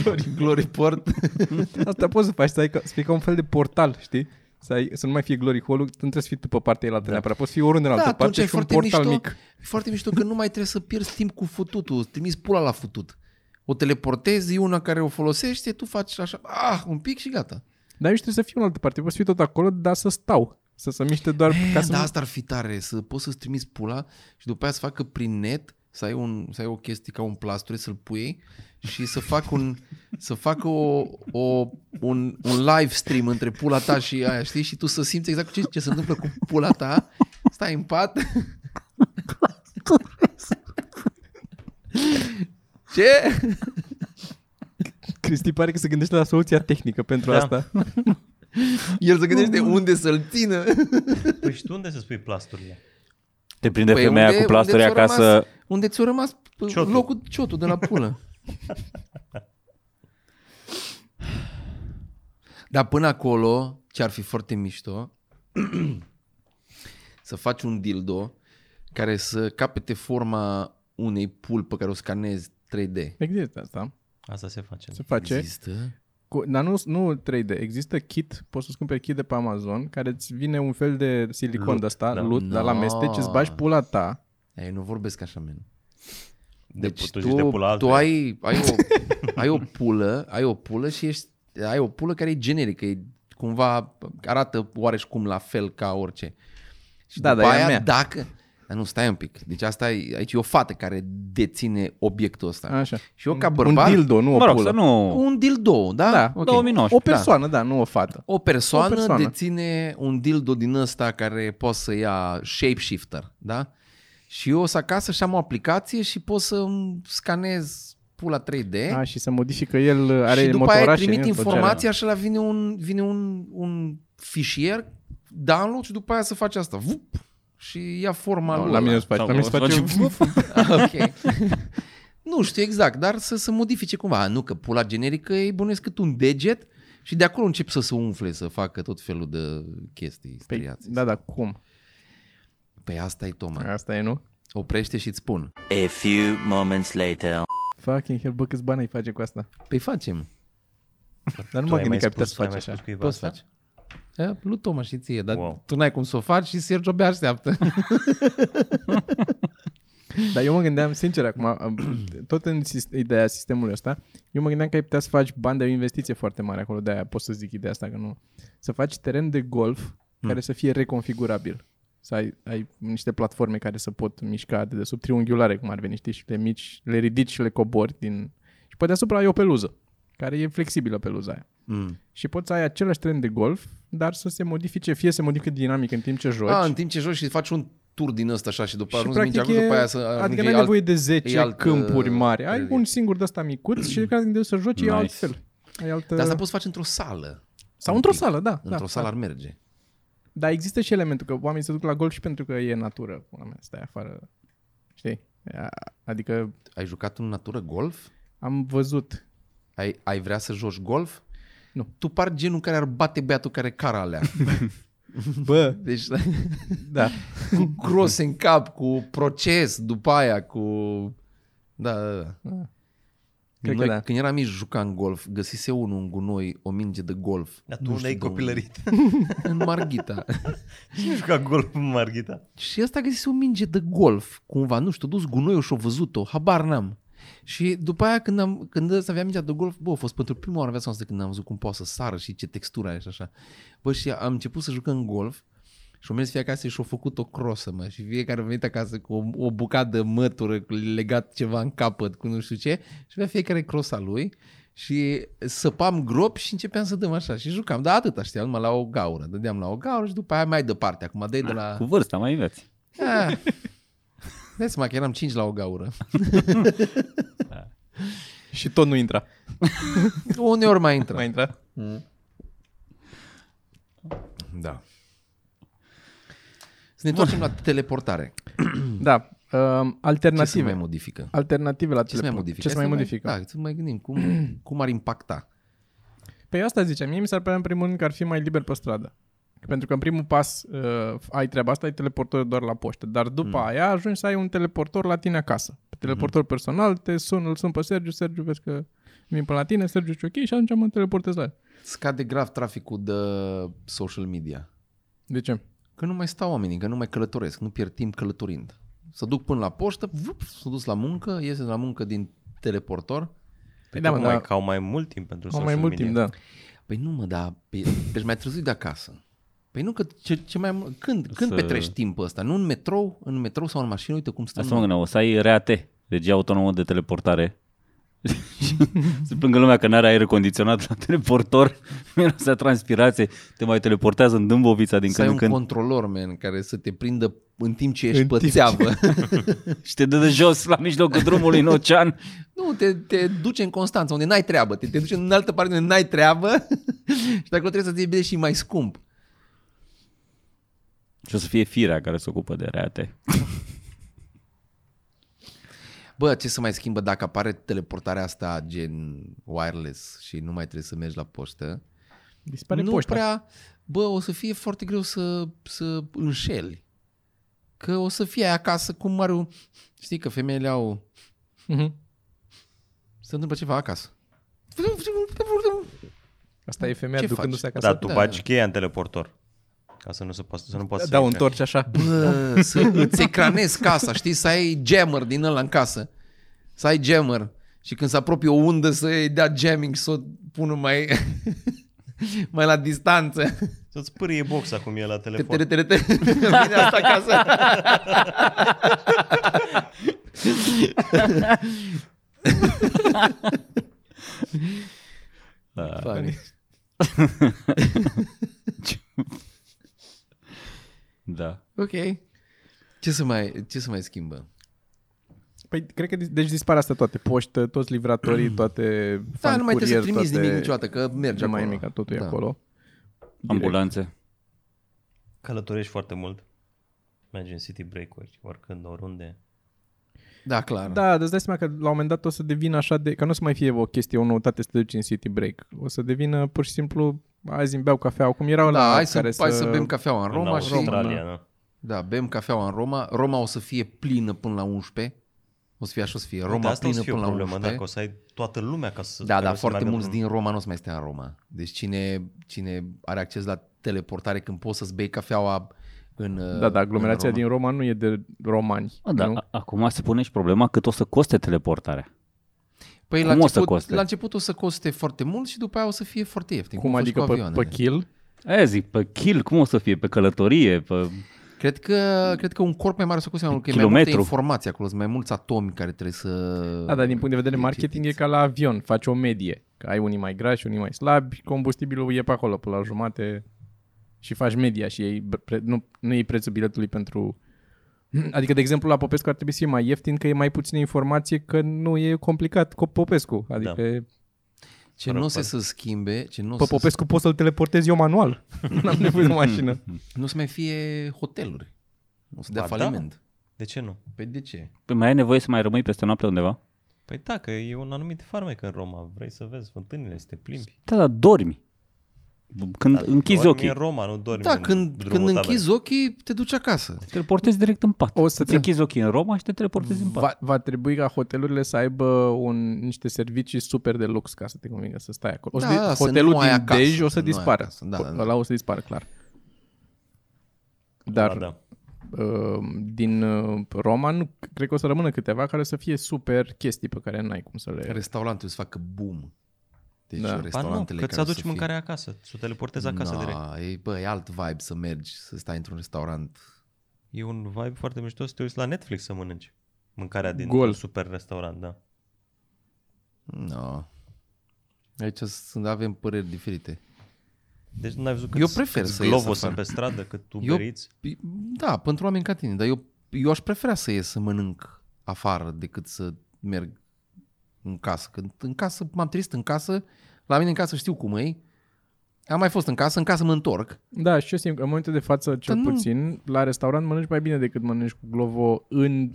A: Glory, glory port.
C: Asta poți să faci, să ai, ca, să fie ca un fel de portal, știi? Să, ai, să nu mai fie glory hole nu trebuie să fii tu pe partea aia la da. neapărat, poți fi oriunde în altă parte
A: e
C: și un portal
A: mișto,
C: mic.
A: E foarte mișto că nu mai trebuie să pierzi timp cu fututul, îți trimiți pula la futut. O teleportezi, e una care o folosește, tu faci așa, ah, un pic și gata.
C: Dar eu știu să fiu în altă parte, poți fi tot acolo, dar să stau, să se miște doar
A: E,
C: ca
A: da,
C: să... nu-
A: asta ar fi tare, să poți să-ți trimiți pula și după aia să facă prin net, să ai, un, să ai o chestie ca un plasture, să-l pui și să fac un, să fac o, o, un, un live stream între pula ta și aia, știi? Și tu să simți exact ce, ce se întâmplă cu pula ta, stai în pat. Ce?
C: Cristi pare că se gândește la soluția tehnică pentru
D: Da.
C: asta.
A: El se gândește unde să-l țină.
D: Păi și tu unde să spui plasturile?
B: Te prinde
A: Păi
B: femeia
A: unde-
B: cu plasturi
A: unde ți-o
B: acasă.
A: rămas- Unde ți-a rămas p-
D: Ciotul.
A: locul ciotul de la pulă. Dar până acolo, ce ar fi foarte mișto, să faci un dildo care să capete forma unei pul pe care o scanezi 3D.
C: Există asta,
D: Asta se face.
C: se face.
A: Există?
C: Cu, dar nu, nu 3D, există kit, poți să-ți cumperi kit de pe Amazon, care îți vine un fel de silicon
D: Lut,
C: de ăsta,
D: da.
C: lut, dar la
A: No.
C: mesteci, îți bagi pula ta.
A: Ei, nu vorbesc așa, men.
D: De,
A: Deci
D: tu,
A: tu,
D: zici de pula
A: tu
D: altuia.
A: ai, ai, o, ai o pulă, ai o pulă și ești, ai o pulă care e generică, e cumva arată oareși cum la fel ca orice. Și
C: Da,
A: după
C: dar e a
A: aia,
C: mea.
A: dacă... Dar nu, stai un pic. Deci asta e, aici e o fată care deține obiectul ăsta.
C: Așa.
A: Și eu ca
C: Un-
A: bărbat,
C: Un dildo, nu
B: Mă
C: o
B: rog,
C: pulă.
B: să nu...
A: un dildo, da?
C: Da,
A: Ok.
B: 2019.
C: O persoană, da. nu o fată.
A: O persoană,
C: O
A: o
C: persoană.
A: persoană deține un dildo din ăsta care poate să ia shapeshifter, da? Și eu sunt acasă și am o aplicație și pot să îmi scanez pula 3D.
C: A, și se modifică el, are
A: și după aia
C: motorașe în
A: trimit
C: el, tot ce are.
A: informația și la vine un, vine un, un fișier, download și după aia să faci asta. Vup, și ia forma
C: Nu,
A: lui
C: la
A: ăla.
C: mine îți face,
B: Sau
C: la mine
B: o
C: îți face...
B: facem-
A: ok. nu știu exact, dar să se modifice cumva. Nu, că pula generică e bănuiesc cât un deget și de acolo încep să se umfle, să facă tot felul de chestii
C: Păi,
A: striați.
C: da, da, cum?
A: Păi asta e Toma.
C: Asta e, nu?
A: Oprește și îți spun.
E: A few moments later.
C: Fucking hell, bă, câți bani ai face cu asta?
A: Păi facem.
C: Dar nu
D: Tu
C: mă
D: ai
C: gândit
D: mai
C: că ai putea
D: spus-
C: să
D: tu ai
C: faci
D: mai
C: așa.
D: spus cuiva
A: Poți să
D: asta?
A: faci. E, Lui Toma și ție, dar
D: Wow.
A: wow. tu n-ai cum să o faci și Sergio abia așteaptă.
C: Dar eu mă gândeam, sincer, acum, am- tot în sis- ideea sistemului ăsta, eu mă gândeam că ai putea să faci bani de o investiție foarte mare acolo, de-aia pot să zic ideea asta, că nu. Să faci teren de golf
D: Hmm.
C: care să fie reconfigurabil. Să ai, ai niște platforme care să pot mișca de sub triunghiulare, cum ar veni, știi, și le mici, le ridici și le cobori din... Și pe deasupra ai o peluză, care e flexibilă peluza aia.
D: Hmm.
A: Mm.
C: Și poți să ai același teren de golf, dar să se modifice, fie se modifică dinamic în timp ce joci.
A: A, Ah, în timp ce joci și faci un tur din ăsta așa și după
C: Și
A: ajungi
C: practic
A: mingea Păi, acolo,
C: e,
A: după aia să
C: adică
A: ajungi
C: n-ai
A: alt- uh,
C: nevoie de
A: e
C: 10
A: altă-
C: alt, câmpuri mari. Ai
A: privire.
C: un singur de ăsta micuț și când de să joci nice. e
B: Nice.
C: altfel. Ai altă...
A: Dar asta poți face într-o sală.
C: Sau într-o
A: un pic.
C: sală, da.
A: Într-o
C: da,
A: sală
C: Da.
A: ar merge.
C: Dar există și elementul că oamenii se duc la golf și pentru că e natură. Pula mea, stai afară. Știi? Ea- Adică
A: Ai jucat în natură golf?
C: am văzut.
A: Ai, ai vrea să joci golf?
C: Nu.
A: Tu par genul care ar bate băiatul care cara alea.
C: Bă,
A: Deci
C: da.
A: cu cross în cap, cu proces după aia, cu... Da, da, da.
C: Cred
A: Noi,
C: că da.
A: Când eram mici, jucam golf, găsise unul în gunoi o minge de golf.
D: Dar tu
A: Nu
D: unde ai
A: știu de
D: copilărit?
A: unde. În Marghita.
D: Cine juca golf în Marghita?
A: Și ăsta găsise o minge de golf, cumva, nu știu, dus gunoiul și-o văzut-o, habar n-am. Și după aia când, am, când ăsta avea mingea de golf, bă, a fost pentru prima oară în viața noastră când am văzut cum poate să sară și ce textură are și așa. Bă, și am început să jucăm golf și au mers fie acasă și au făcut o crosă, mă, și fiecare a venit acasă cu o, o bucată de mătură cu legat ceva în capăt, cu nu știu ce, și avea fiecare crosa lui și săpam grop și începeam să dăm așa și jucam, dar atâta știam, numai la o gaură, dădeam la o gaură și după aia mai departe, acum dai de la...
B: Cu vârsta mai înveți.
A: Ah. Dai seama că eram 5 la o gaură.
C: Și tot nu intra.
A: Uneori mai intră.
C: Mai
A: Mai...
C: intra?
A: Da. Să ne întoarcem la teleportare.
C: Da. Um,
A: Ce se mai
C: alternative.
A: modifică?
C: Alternative la
A: Ce se mai modifică?
C: Ce se mai
A: Hai să
C: modifică?
A: Da, să mai gândim cum, cum ar impacta.
C: Pe Păi asta ziceam, mie mi s-ar părea în primul rând că ar fi mai liber pe stradă. Pentru că în primul pas uh, ai treaba asta, ai teleportor doar la poștă, dar după
A: Hmm.
C: mm. aia ajungi să ai un teleportor la tine acasă. Pe teleportor mm-hmm. personal, te sun, îl sun pe Sergiu, Sergiu vezi că vin până la tine, Sergiu și ok și atunci mă teleportez la el.
A: Scade grav traficul de social media.
C: De ce?
A: Că nu mai stau oamenii, că nu mai călătoresc, nu pierd timp călătorind. Să duc până la poștă, vup, s-a dus la muncă, iese de la muncă din teleportor.
D: Păi
C: da,
D: da,
C: mă,
D: tocmai
C: dar-
D: că au mai mult timp pentru
C: Au
D: social
C: mai mult
D: media.
C: timp, da.
A: Păi nu mă, dar pe, deci mai trezit de acasă. Păi nu, că ce, ce mai am- când, când
B: Să-
A: petrești timpul ăsta? Nu în metrou, în metrou sau în mașină, uite cum stăm.
B: Asta mă gândeam, o să ai RAT, regia autonomă de teleportare. se plângă lumea că n-are aer condiționat la teleportor, miroase a transpirație, te mai teleportează în Dâmbovița din
A: să ai
B: când
A: un
B: în când
A: controlor, man, care să te prindă în timp ce ești
C: În
A: pe
C: timp ce-
A: țeavă.
B: și te dă de jos la mijlocul drumului în ocean.
A: nu, te, te duce în Constanța, unde n-ai treabă. Te, te duce în altă parte unde n-ai treabă și de acolo trebuie să-ți iei bilet și mai scump.
B: Și o să fie firea care se ocupă de RAT.
A: Bă, ce să mai schimbă dacă apare teleportarea asta gen wireless și nu mai trebuie să mergi la poștă?
C: Dispare
A: nu
C: poșta.
A: prea, bă, o să fie foarte greu să, să înșeli. Că o să fie aia acasă cum are un... Știi că femeile au...
C: Mhm.
A: Se întâmplă ceva acasă.
C: Asta e femeia
A: Ce
C: ducându-se
A: faci?
C: acasă.
D: Da, tu
A: Da,
D: bagi
A: da.
D: cheia în teleportor. Ca să nu, se poată, să nu poată
C: da, o
D: să intre.
C: întorci așa.
A: Bă, să îți ecranezi casa, știi? Să ai jammer din ăla în casă. Să ai jammer. Și când se apropie o undă să-i dea jamming, să o pună mai, mai la distanță.
D: Să-ți pârie boxa cum e la
A: Te, te,
D: telefon.
A: te, te, te. Vine asta acasă.
D: Ah.
B: Da.
A: Funny.
B: da.
A: Ok. Ce să mai, ce să mai schimbă?
C: Păi, cred că dis- deci dispar asta toate. Poștă, toți livratorii, toate
A: Da, nu mai trebuie să
C: fancurier,
A: trimiți
C: toate...
A: nimic niciodată, că merge
C: Nu mai e
A: acolo.
C: nimic, totul e
A: Da.
C: acolo.
B: Ambulanțe.
D: Călătorești foarte mult. Mergi în city break-uri, oricând, oriunde.
A: Da, clar.
C: Da, dar îți dai seama că la un moment dat o să devină așa de... Că nu o să mai fie o chestie, o noutate să te duci în city break. O să devină pur și simplu, azi îmi beau cafea, cum erau
A: da
C: la
A: hai, să,
C: care
A: hai să bem cafeaua în Roma
D: în
A: și...
D: Australia, da.
A: Da, bem cafeaua în Roma. Roma o să fie plină până la 11. O să fie așa, o să fie
D: Uite,
A: Roma
D: asta o să
A: plină
D: fie o
A: până la 11.
D: problemă, dacă o să ai toată lumea ca să...
A: Da,
D: care o
A: dar
D: să
A: foarte
D: meargă
A: mulți
D: în-
A: din Roma nu o să mai stea în Roma. Deci cine, cine are acces la teleportare când poți să-ți bei cafeaua în
C: Da, da, aglomerația
A: în Roma.
C: din Roma nu e de romani.
B: A, da,
C: nu?
B: a- acum se pune și problema cât o să coste teleportarea.
A: Păi la
B: Cum o
A: început,
B: să coste?
A: La început o să coste foarte mult și după aia o să fie foarte ieftin.
C: Cum
A: a fost
C: adică
A: cu
C: pe,
A: avioanele.
C: pe kill?
B: Aia zic, pe kill, cum o să fie? Pe călătorie? Pe...
A: Cred că, cred că un corp mai mare o să coste mai mult, că e mai
B: Kilometru.
A: multă informație acolo, sunt mai mulți atomi care trebuie să...
C: Da, dar din punct de vedere marketing e ca la avion, faci o medie. Că ai unii mai grași, unii mai slabi, combustibilul e pe acolo, pe la jumate și faci media și ei pre- nu, nu iei prețul biletului pentru... Adică, de exemplu, la Popescu ar trebui să fie mai ieftin, că e mai puțină informație, că nu e complicat cu Popescu. Adică da.
A: Ce nu o să se schimbe, ce nu o
C: Pe
A: să,
C: Popescu pot să-l teleportez eu manual. N-am nevoie de mașină.
A: nu o să mai fie hoteluri. O să dea
D: Ba da.
A: faliment.
D: De ce nu?
A: Păi de ce?
B: Păi Mai ai nevoie să mai rămâi peste noapte undeva?
D: Păi da, că e un anumit farmec în Roma. Vrei să vezi fântânile, să te plimbi.
B: Da, dar dormi. Când închizi
D: Dormi
B: ochii,
D: în Roma, nu dormi
A: Da,
D: în
A: când,
D: drumul
A: când
D: taberei.
A: închizi ochii, te duci acasă.
B: te teleportezi direct în pat.
C: O să
B: Îți
C: te-
B: închizi ochii în Roma și te teleportezi în pat.
C: Va, va trebui ca hotelurile să aibă un, niște servicii super de lux ca să te convingă să stai acolo. O să
A: Da,
C: di-
A: da, să
C: hotelul
A: nu ai
C: din
A: acasă,
C: Dej o
A: să
C: să
A: nu ai
C: dispară.
A: acasă, da, da, da.
C: Ăla o să dispară, clar.
D: Da,
C: Dar
D: da.
C: uh, din uh, Roma nu, cred că o să rămână câteva care să fie super chestii pe care n-ai cum să le...
A: Restaurantul să facă boom. Deci da.
C: Da. Ba nu,
D: Ba nu,
A: restaurantele
D: că ți aduci
A: mâncare
D: mâncarea acasă, să o teleportezi acasă direct.
A: E, bă, e alt vibe să mergi, să stai într-un restaurant.
D: E un vibe foarte mișto să te uiți la Netflix să mănânci mâncarea din
C: Gol.
D: un super restaurant, da.
A: No. Aici sunt, avem păreri diferite.
D: Deci n-ai văzut cât
A: Eu prefer să ies
D: glovo sunt
A: afară.
D: pe stradă, cât
A: Eu-
D: uberiți.
A: P- Da, pentru oameni ca tine, dar eu, eu aș prefera să ies să mănânc afară decât să merg în casă. Când în casă m-am trist în casă, la mine în casă știu cum e. Am mai fost în casă, în casă mă întorc.
C: Da, și eu simt că în momentul de față, cel
A: Dar nu-
C: puțin, la restaurant mănânci mai bine decât mănânci cu Glovo în...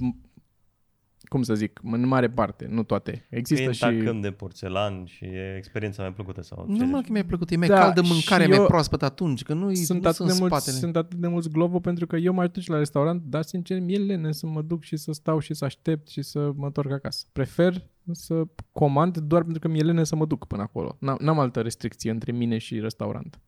C: Cum să zic? În mare parte, nu toate. Există
D: Există
C: și...
D: tacâm de porțelan și e experiența mai plăcută sau ce
A: Nu mă,
D: zici?
A: că mi-a plăcut, e mai
C: Da,
A: da, caldă
C: și
A: mâncarea, eu...
C: eu-
A: mai proaspăt atunci, că nu
C: sunt,
A: Păi, nu
C: atât
A: sunt
C: de mulți,
A: spatele.
C: sunt atât de mulți globo pentru că eu m-aș duce la restaurant, dar sincer mi-e lene să mă duc și să stau și să aștept și să mă întorc acasă. Prefer să comand doar pentru că mi-e lene să mă duc până acolo. N- N-am altă restricție între mine și restaurant.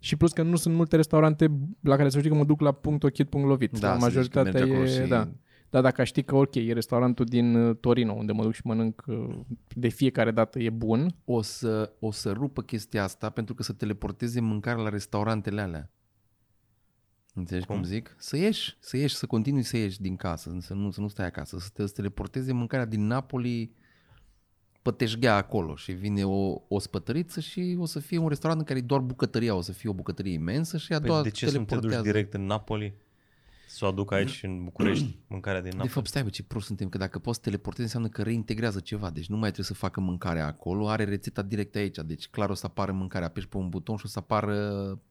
C: Și plus că nu sunt multe restaurante la care să știi că mă duc la punct ochit, punct lovit.
A: Da,
C: La
A: să zici că mergi
C: majoritatea e...
A: acolo și-
C: Da. Dar dacă aș ști că, ok, e restaurantul din uh, Torino, unde mă duc și mănânc uh, de fiecare dată, e bun.
A: O să, o să rupă chestia asta pentru că să teleporteze mâncarea la restaurantele alea. Înțelegi cum,
D: Cum?
A: cum zic? Să ieși, să ieși, să continui să ieși din casă, să nu, să nu stai acasă, să te să teleporteze mâncarea din Napoli păteșghea acolo și vine o, o spătăriță și o să fie un restaurant în care e doar bucătăria, o să fie o bucătărie imensă și a doua
D: Păi de ce să nu te duci
A: teleportează.
D: direct în Napoli? Să o aduc aici în București, mâncarea din
A: De
D: Napoli.
A: fapt, stai, bă, ce prost suntem, că dacă poți să teleportezi înseamnă că reintegrează ceva, deci nu mai trebuie să facă mâncarea acolo, are rețeta direct aici, deci clar o să apară mâncarea, apeși pe un buton și o să apară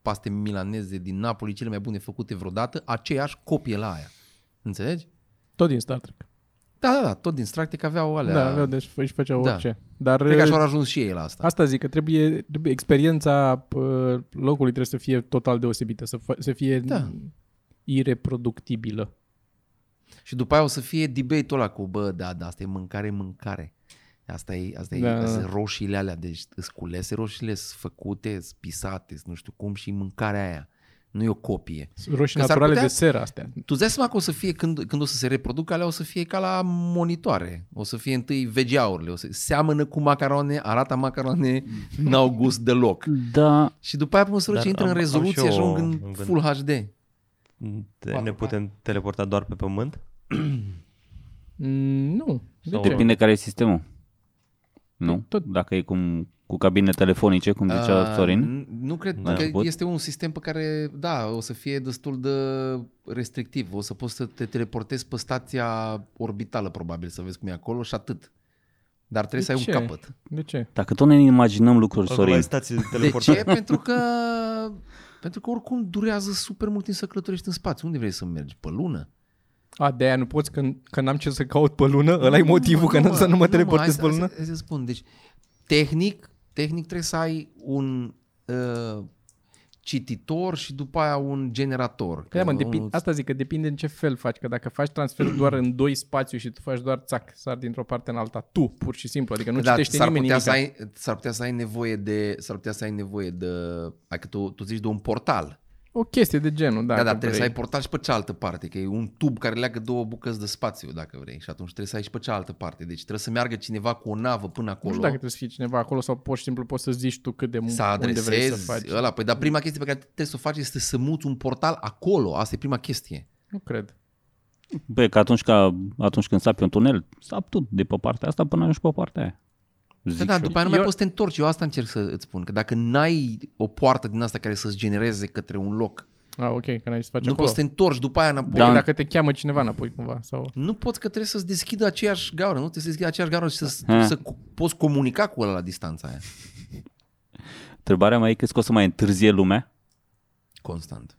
A: paste milaneze din Napoli, cele mai bune făcute vreodată, aceeași copie la aia. Înțelegi?
C: Tot din Star Trek.
A: Da, da, da, tot din Stractic aveau alea.
C: Da, aveau, deci își făceau
A: Da.
C: orice. Dar uh,
A: Cred că așa au ajuns și ei la asta.
C: Asta zic, că trebuie, trebuie experiența pă, locului trebuie să fie total deosebită, să, fă- să fie
A: Da.
C: ireproductibilă.
A: Și după aia o să fie debate-ul ăla cu, bă, da, da, asta e mâncare, mâncare. Asta e, asta e,
C: Da,
A: da,
C: da,
A: astea
C: da.
A: da. roșiile alea, deci sunt culese roșiile, sunt făcute, sunt pisate, sunt nu știu cum și mâncarea aia. Nu e o copie.
C: Roșii
A: Că s-ar
C: naturale
A: putea-
C: de seră astea.
A: Tu îți dai seama că o să fie, când, când o să se reproducă alea, o să fie ca la monitoare. O să fie întâi vegeaurile, o să seamănă cu macarone, arată macarone, n-au gust deloc.
B: Da,
A: Și după aia, pe măsură
D: Mm. Dar
A: ce intră în
D: am- am și
A: rezoluție,
D: eu
A: ajung
D: un
A: în
D: gând.
A: Full HD.
D: Te- Ne
B: da.
D: putem teleporta doar pe pământ?
C: Mm, Nu. De
D: Sau-
C: ce?
B: depinde care e sistemul. Nu? Tot. Dacă e cum, cu cabine telefonice, cum zicea
A: Ah,
B: Sorin.
A: n- Nu cred
D: Da.
A: că
B: Pot?
A: este un sistem pe care, da, o să fie destul de restrictiv. O să poți să te teleportezi pe stația orbitală, probabil, să vezi cum e acolo și atât. Dar trebuie să ai
C: ce?
A: un capăt.
C: De ce?
B: Dacă tot ne imaginăm lucruri,
D: Acolo ai
B: Sorin,
D: stații de
A: De
D: teleportare.
A: ce? Pentru că Pentru că oricum durează super mult timp să călătorești în spațiu. Unde vrei să mergi? Pe lună?
C: A, de aia nu poți că, că n-am ce să caut pe lună? Ăla e motivul că n- să nu mă teleportez pe
A: hai să-
C: lună?
A: Hai, să- hai să spun. Deci, tehnic, tehnic trebuie să ai un uh, cititor și după aia un generator.
C: Că, da, mă,
A: Că
C: depi-
A: unul-
C: asta zic că depinde în ce fel faci, că dacă faci transferul doar în doi spațiu și tu faci doar țac, sar dintr-o parte în alta, tu, pur și simplu, adică nu
A: Da,
C: citește
A: s-ar
C: nimeni
A: putea,
C: nimic.
A: să ai, s-ar putea să ai nevoie de, s-ar putea să ai nevoie de, adică tu, tu zici de un portal.
C: O chestie de genul, da.
A: Da, da,
C: că
A: trebuie să ai
C: vrei.
A: portal și pe cealaltă parte, că e un tub care leagă două bucăți de spațiu, dacă vrei, și atunci trebuie să ai și pe cealaltă parte. Deci trebuie să meargă cineva cu o navă până
C: Nu
A: acolo.
C: știu dacă trebuie să fie cineva acolo sau pur și simplu poți să zici tu cât de mult
A: să
C: unde vrei să
A: adresezi
C: faci.
A: ăla. Păi, dar prima chestie pe care trebuie să o faci este să muți un portal acolo. Asta e prima chestie.
C: Nu cred.
B: Băi, că atunci, ca, atunci când sapi un tunel, sap tu de pe partea asta până ajungi pe partea aia.
A: Da,
B: Zic
A: da,
B: da,
A: după aia nu mai
C: Eu-
A: poți să te întorci. Eu asta încerc să îți spun. Că dacă n-ai o poartă din asta care să-ți genereze către un loc,
C: Ah, ok, că n-ai ce să faci
A: nu
C: acolo.
A: poți să te întorci după aia înapoi.
B: Da.
C: Adică dacă te cheamă cineva înapoi cumva sau...
A: Nu poți că trebuie să-ți deschidă aceeași gaură, nu? Trebuie să deschidă aceeași gaură și să,
B: Ha.
A: să cu- poți comunica cu ăla la distanța aia.
B: Întrebarea mea e crezi că o să mai întârzie lumea?
A: Constant.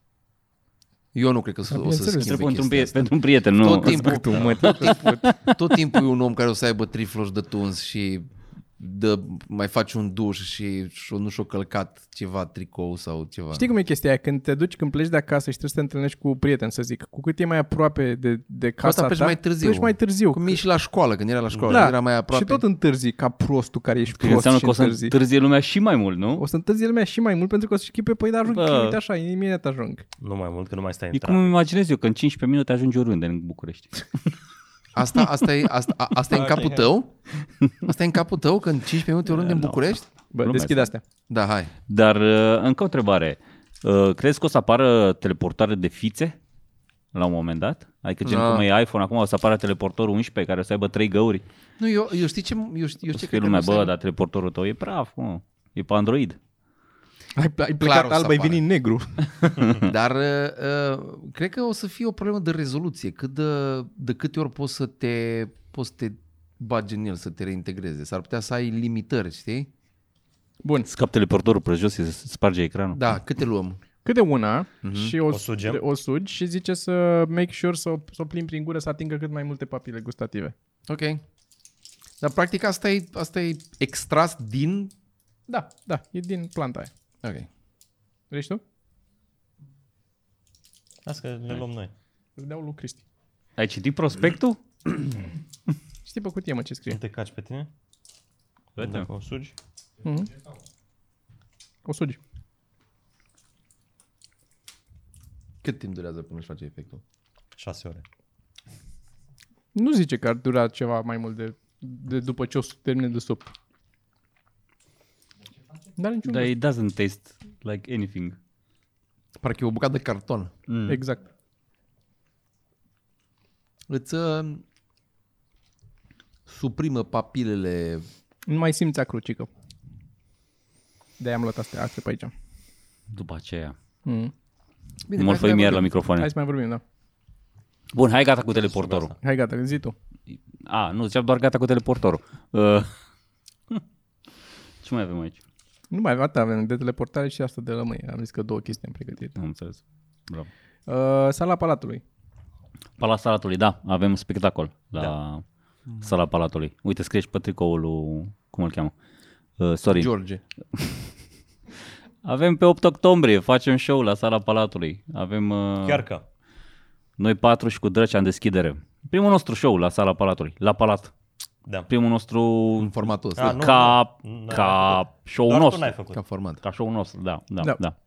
A: Eu nu cred că o să,
C: Da,
A: o să
C: bineînțeles,
A: schimbe
B: Trebuie pentru un,
A: chestia
B: prie-
A: asta.
B: pentru un prieten, nu.
A: Tot timpul,
C: Tu, mă, te-ai făcut.
A: tot timpul e un om care o să aibă trifloși de tuns și dă, mai faci un duș și, și nu și-o călcat ceva tricou sau ceva.
C: Știi cum e chestia aia? Când te duci, când pleci de acasă și trebuie să te întâlnești cu prieteni, să zic, cu cât e mai aproape de, de
A: Cu
C: casa
A: asta pleci
C: ta,
A: mai târziu.
C: pleci Da? mai târziu.
A: Cum e și la școală, când era la școală,
C: Da,
A: era mai aproape.
C: Și tot întârzi ca prostul care ești
B: Că
C: prost
B: înseamnă
C: și
B: că o să
C: întârzi.
B: întârzie lumea și mai mult, nu?
C: O să întârzi lumea și mai mult pentru că o să-și chipe, păi dar ajung,
B: Bă.
C: uite așa, imediat ajung.
D: Nu mai mult, că nu mai stai în
B: E cum îmi
D: trafic.
B: imaginez eu că în 15 minute ajungi oriunde în București.
A: Asta, asta, e, asta, a- asta e în
C: Da,
D: Ok,
A: capul
D: hai.
A: tău? Asta e în capul tău, că în 15 minute oriunde
C: da.
A: în
B: nu.
A: București?
C: Bă,
B: Lumea
C: deschide astea.
A: Da, hai.
B: Dar uh, încă o întrebare. Uh, Crezi că o să apară teleportare de fițe la un moment dat? Adică gen
A: Da.
B: cum e iPhone acum, o să apară teleportorul 11 care o să aibă 3 găuri.
A: Nu, eu, eu știi ce... Eu, știu- eu
B: O să
A: știu
B: fie
A: că
B: lumea,
A: nu se-
B: bă, dar teleportorul tău e praf, mă. E pe Android.
C: Ai, ai plecat
A: o să
C: alb, ai
A: apară.
C: venit negru.
A: Dar uh, uh, cred că o să fie o problemă de rezoluție. Cât de, de câte ori poți să te, poți să te bagi în el, să te reintegreze. S-ar putea să ai limitări, știi?
C: Bun,
B: Scap teleportorul pe jos, se sparge ecranul.
A: Da, câte luăm?
C: câte una
B: Mhm.
C: și o,
D: O sugem?
C: o sugi și zice să make sure să o, să o plimbi prin gură să atingă cât mai multe papile gustative.
A: Ok. Dar practic asta e, asta e extras din...
C: Da, da, e din planta aia.
A: Ok.
C: Vrei și tu?
D: Las că le luăm noi.
C: Îți dau lui Cristi.
B: Ai citit prospectul?
C: Știi pe cutie, mă, ce
D: Nu
C: scrie.
B: Mm.
D: te caci pe tine?
B: Uite.
D: Dacă o sugi?
C: O sugi.
A: Cât timp durează până își face efectul?
D: 6 ore.
C: Nu zice că ar dura ceva mai mult de, de după ce o să termine de sup. Dar niciun
B: Dar it doesn't taste like anything.
A: Parcă e o bucată de carton.
B: Mm.
C: gust. Exact.
A: Îți uh, suprimă papilele...
C: Nu mai simți acru, cică. De-aia am luat astea, astea pe aici.
B: După aceea.
C: Mm.
A: Bine,
B: Mă
A: hai să mai
B: făim iar la
A: vorbim.
B: microfoane.
C: Hai să mai vorbim, da.
B: Bun, hai gata cu teleportorul.
C: Hai, gata, zi tu.
B: A, nu, ziceam doar gata cu teleportorul. Uh, ce mai avem aici?
C: Nu mai avem, avem de teleportare și asta de lămâie. Am zis că două chestii am pregătit.
B: Nu am înțeles. Bravo.
C: Uh, sala Palatului.
B: Palatul Salatului, da, avem spectacol la da. sala Palatului. Uite, scrie și pe tricoul lui, cum îl cheamă? Uh, sorry.
A: George.
B: Avem pe 8 octombrie, facem show la sala Palatului. Avem uh,
D: Chiar că.
B: noi patru și cu Drăcea în deschidere. Primul nostru show la sala Palatului, la Palat.
D: Da.
B: Primul nostru
A: În formatul ăsta.
D: Ah, nu,
B: ca,
D: nu, n-ai
B: ca show
D: Doar tu
B: nostru.
D: n-ai făcut.
A: Ca format.
B: Ca show nostru, da, da,
C: Da.
B: da. da.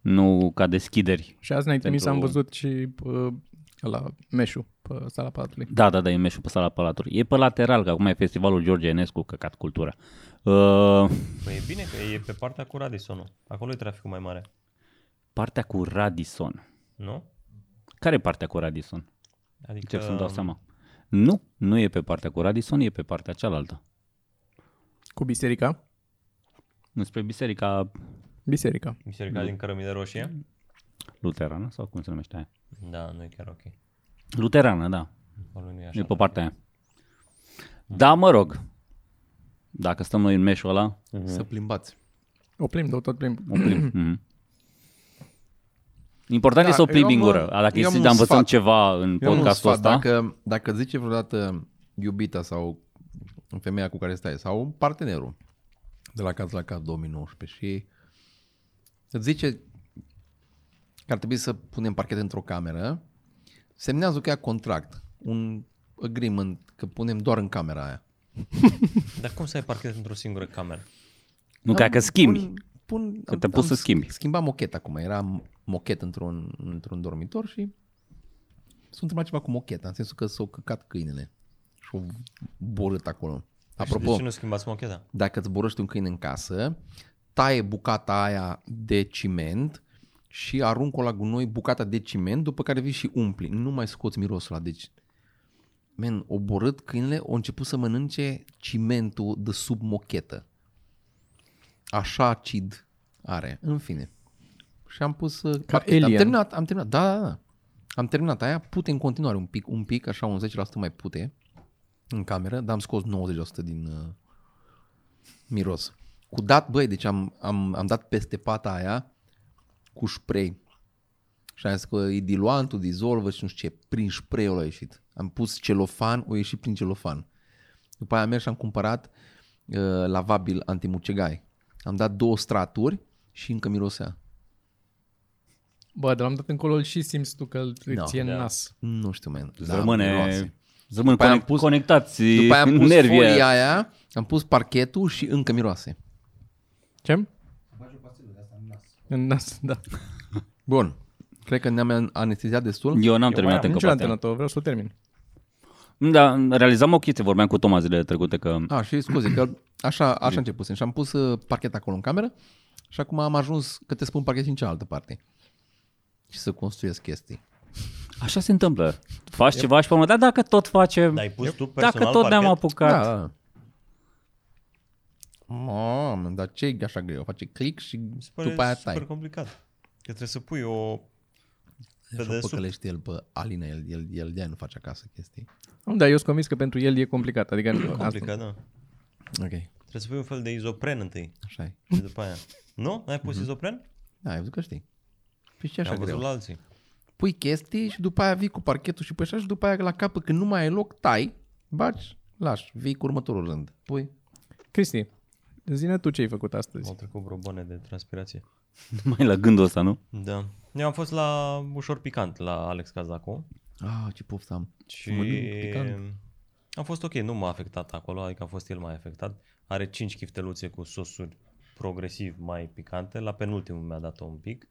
B: Nu ca deschideri.
C: Și azi ne-ai trimis, am
B: Pentru-
C: văzut și uh, la Meșu, pe sala Palatului.
B: Da, da, da, e meșul pe sala Palatului. E pe lateral, că acum e festivalul George Enescu, căcat cultura. Uh,
D: Păi e bine că e pe partea cu Radissonul. Acolo e traficul mai mare.
B: partea cu Radisson.
D: Nu?
B: Care e partea cu Radisson?
D: Adică...
B: Încerc
A: Um.
B: să-mi dau seama. Nu, nu e pe partea cu Radisson, e pe partea cealaltă.
C: Cu biserica.
B: Înspre biserica
C: Biserica.
D: Biserica din Cărămidă Roșie?
B: luterană sau cum se numește aia?
D: Da, nu e chiar ok.
B: Luterană, da.
D: Acolo nu e
B: E
D: așa.
B: pe partea aia. Da, mă rog. Dacă stăm noi în meșul ăla,
A: Să plimbați.
C: O plim, două tot plim.
B: oprim. Mhm. Important
A: Da,
B: da, e să o plimbi
A: eu
B: în
A: am,
B: gură. A, Dacă
A: eu am
B: există,
A: un
B: învățăm
A: sfat.
B: ceva în
A: Eu am un
B: podcastul
A: sfat.
B: ăsta.
A: Dacă, dacă zice vreodată iubita sau femeia cu care stai sau partenerul de la caz la caz 2019 și îți zice că ar trebui să punem parchet într-o cameră, semnează că ea contract, un agreement că punem doar în camera aia.
D: Dar cum să ai parchet într-o singură cameră?
B: Nu, ca că schimbi.
A: Pun, pun,
B: Că te-a pus să schimbi.
A: Schimba mochet acum, era mochet într-un, într-un dormitor și sunt întrebat ceva cu mocheta, în sensul că s-au căcat câinele și o borât acolo.
D: Și de
A: Apropo,
D: ce nu schimbați mocheta?
A: dacă îți borăști un câine în casă, taie bucata aia de ciment și aruncă la gunoi bucata de ciment, după care vii și umpli. Nu mai scoți mirosul ăla. Deci, men, oborât câinele, a început să mănânce cimentul de sub mochetă. Așa acid are. În fine. Și am pus... uh, parchet. am
C: alien.
A: terminat, am terminat. Da, da, da. Am terminat aia, pute în continuare un pic, un pic, așa un 10% mai pute în cameră, dar am scos 90% din uh, miros. Cu dat, băi, deci am, am, am dat peste pata aia cu spray. Și am zis că e diluantul, dizolvă și nu știu ce. Prin spray-ul a ieșit. Am pus celofan, o ieșit prin celofan. După aia am mers și am cumpărat uh, lavabil antimucegai. Am dat două straturi și încă mirosea.
C: Bă, de l-am dat încolo îl și simți tu că îl
A: Da.
C: no, ție în nas.
A: Nu știu, man.
B: Îți rămâne,
A: miroase.
B: îți
A: Da,
B: rămâne
A: După aia am
B: conect-
A: pus-
B: conectați
A: După aia am pus
B: nervii.
A: folia aia, am pus parchetul și încă miroase.
C: Ce? În nas, da.
A: Bun. Cred că ne-am anesteziat destul.
B: Eu n-am
D: Eu
B: terminat
D: mai
B: încă
C: Nici eu n-am
B: partea.
C: terminat-o, vreau să o termin.
B: Da, realizam o chestie, vorbeam cu Toma zilele trecute că
A: A, Da, și scuze, că așa, așa începusem și am pus uh, parchet acolo în cameră și acum am ajuns că te spun parchet și în cealaltă parte. Și să construiesc chestii.
B: așa se întâmplă. Faci ceva și pe un moment dat, dacă tot facem,
D: Dar ai pus tu personal
B: dacă tot ne-am
D: parchet?
B: apucat.
A: Da. Mamă, dar ce e așa greu? Face click și
D: Se pare
A: după aia
D: super
A: tai.
D: complicat. Că trebuie să pui o... Pe
A: Și
D: desubt.
A: păcălește el pe Alina, el, el, el de nu face acasă chestii.
C: Am, Da, eu sunt convins că pentru el e complicat. Adică asta-
D: Complicat, da.
A: Ok,
D: Trebuie să pui un fel de izopren întâi
A: așa e.
D: și după aia. Nu? N-ai pus izopren?
A: Da, ai văzut că știi. Păi ce e așa
D: Am
A: greu?
D: văzut la alții.
A: pui chestii și după aia vii cu parchetul și pe așa și după aia la capăt când nu mai ai loc, tai, baci, lași, vii cu următorul rând. Pui.
C: Cristi, zine tu ce ai făcut astăzi.
D: Au trecut vreo bone de transpirație.
B: Mai la gândul ăsta, nu?
D: Da. Eu am fost la ușor picant la Alex Cazacu
A: Ah, ce poftă am.
D: și
A: Mănânc picant.
D: am fost ok, nu m-a afectat acolo, adică a fost el mai afectat. Are 5 chifteluțe cu sosuri progresiv mai picante, la penultimul mi-a dat-o un pic,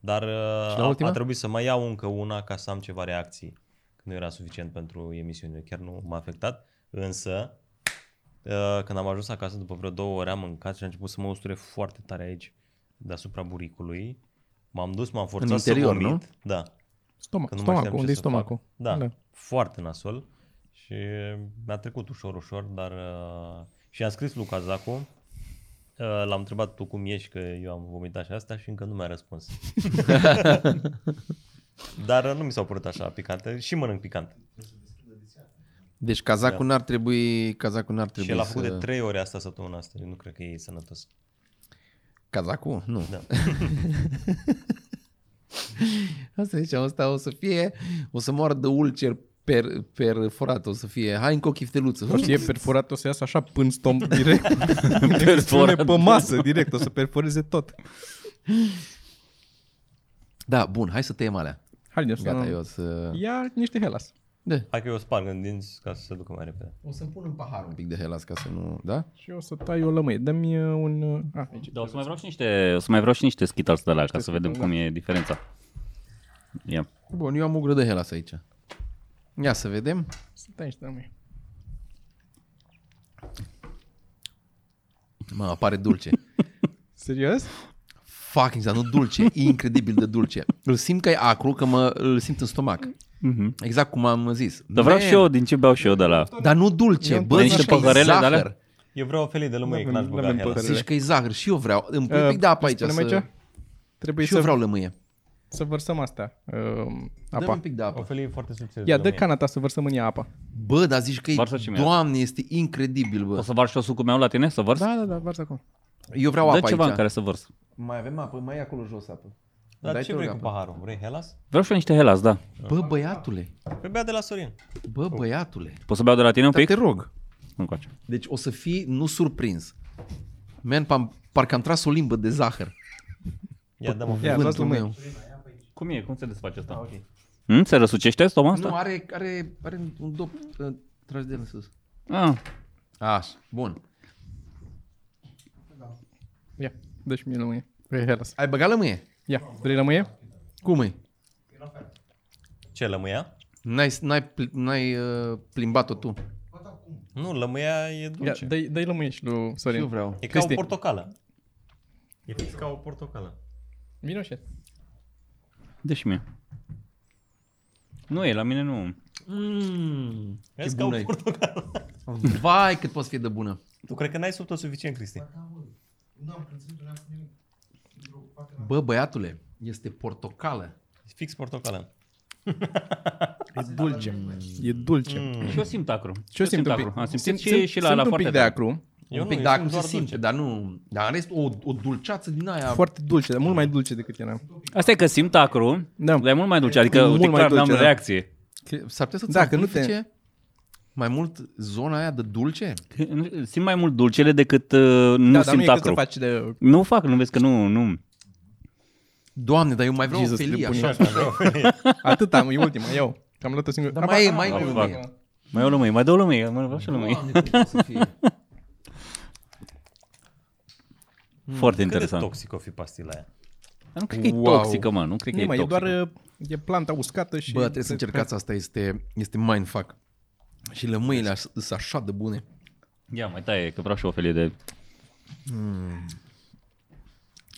D: dar uh,
A: la
D: a,
A: ultima?
D: a trebuit să mai iau încă una ca să am ceva reacții, că nu era suficient pentru emisiune, chiar nu m-a afectat, însă Uh, când am ajuns acasă după vreo două ore am mâncat și a început să mă usture foarte tare aici deasupra buricului. M-am dus, m-am forțat
A: interior,
D: să
A: nu?
D: vomit. Da.
C: Stoma,
D: Că nu mai știam
C: stomacul,
D: ce
C: unde e
D: să
C: stomacul?
D: fac. Da, da, foarte nasol. Și mi-a trecut ușor, ușor, dar... Uh, și am scris lui Cazacu, uh, l-am întrebat tu cum ești, că eu am vomitat și asta și încă nu mi-a răspuns. dar uh, nu mi s-au părut așa picante și mănânc picant.
A: Deci cazacul n-ar trebui, cazacul n-ar
D: Da. Și
A: trebui
D: el a
A: să...
D: făcut de trei ore asta săptămâna asta, eu nu cred că e sănătos.
A: Cazacul? Nu.
D: Da.
A: Asta ziceam, asta o să fie, o să moară de ulcer per, perforat, o să fie, hai încă o chifteluță.
C: O să e perforat, o să iasă așa până stomp direct. Pune
B: Perforat.
C: pe masă direct, o să perforeze tot.
A: Da, bun, hai să tăiem alea.
C: Hai, ne
A: Gata, eu
C: sunăm.
A: o să...
C: Ia niște helas.
A: Da.
D: Hai că eu o sparg în dinți ca să se ducă mai repede.
A: O să-mi pun în pahar un pic de helas ca să nu... Da?
C: Și eu o să tai o lămâie. Dă-mi uh, un... uh, A, aici.
B: Da, o să mai vreau și niște, o să mai vreau și niște Skittles de la ca să vedem
C: Skittles,
B: cum e diferența. Ia.
A: Bun, eu am o gră de helas aici. Ia să vedem.
C: Să tai niște lămâie.
A: Mă, apare dulce.
C: Serios?
A: Fucking, dar nu dulce, e incredibil de dulce. Îl simt că e acru, că mă, îl simt în stomac. Exact cum am zis.
B: Dar vreau
A: Man,
B: și eu, din ce beau și eu de la...
A: Dar nu dulce, bă,
B: de
A: zici
B: niște
A: că e
B: păhărele de alea?
A: zahăr.
D: Eu vreau o felie de lămâie, că
C: N-avem-
D: n-aș băga
C: n-avem
D: helas.
C: păcălele.
A: Zici că e zahăr și eu vreau. Îmi pui un
C: Uh,
A: Păi, pic de apă aici.
C: Spune-mi
A: Să...
C: aici? Trebuie
A: Și eu
C: să,
A: vreau lămâie.
C: să vărsăm astea. Uh,
A: Dă un
C: apa.
A: pic de
D: O
A: apă.
D: felie foarte subțire
C: Ia,
D: de
C: dă
D: lămâie.
C: cana ta să vărsăm în ea apa.
A: Bă, dar zici că e,
B: Varsă și mie.
A: doamne, este incredibil,
B: O
A: bă.
B: să vars și eu sucul meu la tine? Să vărs?
C: Da, da, da, varsă acum.
A: Eu vreau
B: Dă
A: apă
B: ceva în
A: aici.
B: care să vărs.
A: Mai avem apă, mai e acolo jos apă.
D: Dar
A: Dai
D: ce
A: tu
D: vrei cu
A: capăt.
D: paharul? Vrei Hellas?
B: Vreau și eu niște helas, da.
A: Bă, băiatule,
D: Păi bea de la Sorin.
A: bă, băiatule,
B: Poți să beau de la tine un
A: dar
B: pic?
A: te rog.
B: Încoace.
A: Deci o să fii nu surprins. Man, pam, parcă am tras o limbă de zahăr.
D: Ia dăm o
C: Păi Ia,
A: Vântul
C: luați-l
A: meu.
B: Cum e? Cum se desface asta?
C: Da,
B: Ah, okay. hmm? Se răsucește stoma
A: Nu,
B: asta?
A: are, are, are un dop uh, tras de el în sus.
B: Ah,
A: Așa, bun.
C: Ia, dă și mie lămâie. Vrei Hellas.
A: Ai băgat lămâie?
C: Păi, Ia, vrei lămâie?
A: Cum e?
D: Ce, lămâia?
A: N-ai, n-ai, pl- n-ai uh, plimbat-o tu.
D: Nu, lămâia e
C: Ia,
A: Da,
D: dulce.
C: dă-i, dă-i lămâie și lui
A: Și
C: Sorin.
A: eu vreau.
D: E ca o
C: Cristi.
D: portocală. E fix ca o portocală.
C: Vino și el.
B: dă și deci mie. Nu e, la mine nu.
A: Mm,
D: Vezi
A: ce
D: ca
A: bună
D: o
A: e.
D: portocală.
A: Vai cât poți fi de bună.
D: Tu cred că n-ai subtot suficient, Cristi.
A: Bă, băiatule, este portocală.
D: E fix portocală.
C: E dulce. E dulce.
A: Mm.
B: Și eu simt acru.
C: Și eu simt un pic.
B: acru. Am simțit
C: simt-
B: și,
C: simt-
B: și la,
C: simt
B: la
C: un
B: foarte
C: pic de
B: tare.
C: acru.
A: Eu un pic de
D: eu simt
A: acru se
D: doar dulce.
A: simte, dar nu... Dar în rest, o, o dulceață din aia...
C: Foarte dulce, dar mult mai dulce decât era.
B: Asta e că simt acru,
C: Da.
B: dar e mult mai dulce. Adică,
C: Mult
B: uite,
C: mai
B: clar, n-am
C: dulce, da.
B: reacție.
A: Că S-ar putea să-ți
C: Da,
A: Dacă
C: că nu
A: nu
C: te-
A: te... mai mult zona aia de dulce?
B: Simt mai mult dulcele decât uh, nu
C: da, dar nu
B: simt
C: e că să
B: acru.
C: faci de...
B: Nu fac, nu vezi că nu, nu.
A: Doamne, dar eu mai vreau
C: Jesus,
A: o felie
C: le pun
A: așa.
C: Atât am, e ultima, eu. Că am luat-o singur.
A: Dar
C: Ah,
A: mai
C: ba,
A: e,
C: ah,
A: mai e
C: ba,
A: o
B: fac.
A: felie.
B: Mai o lămâie, mai dă o lămâie, mai vreau și o lămâie.
A: Doamne, cât să fie.
B: Foarte
D: Cât de
B: interesant.
D: toxic o fi pastila aia?
B: Dar nu cred că e
C: Wow.
B: toxică, mă, nu cred că
C: Nu,
B: e
C: mă, e
B: toxică.
C: doar... uh, E planta uscată și...
A: Bă, trebuie să încercați asta, este, este mindfuck. Și lămâile aș- sunt așa de bune.
B: Ia, mai taie, că vreau și o felie de...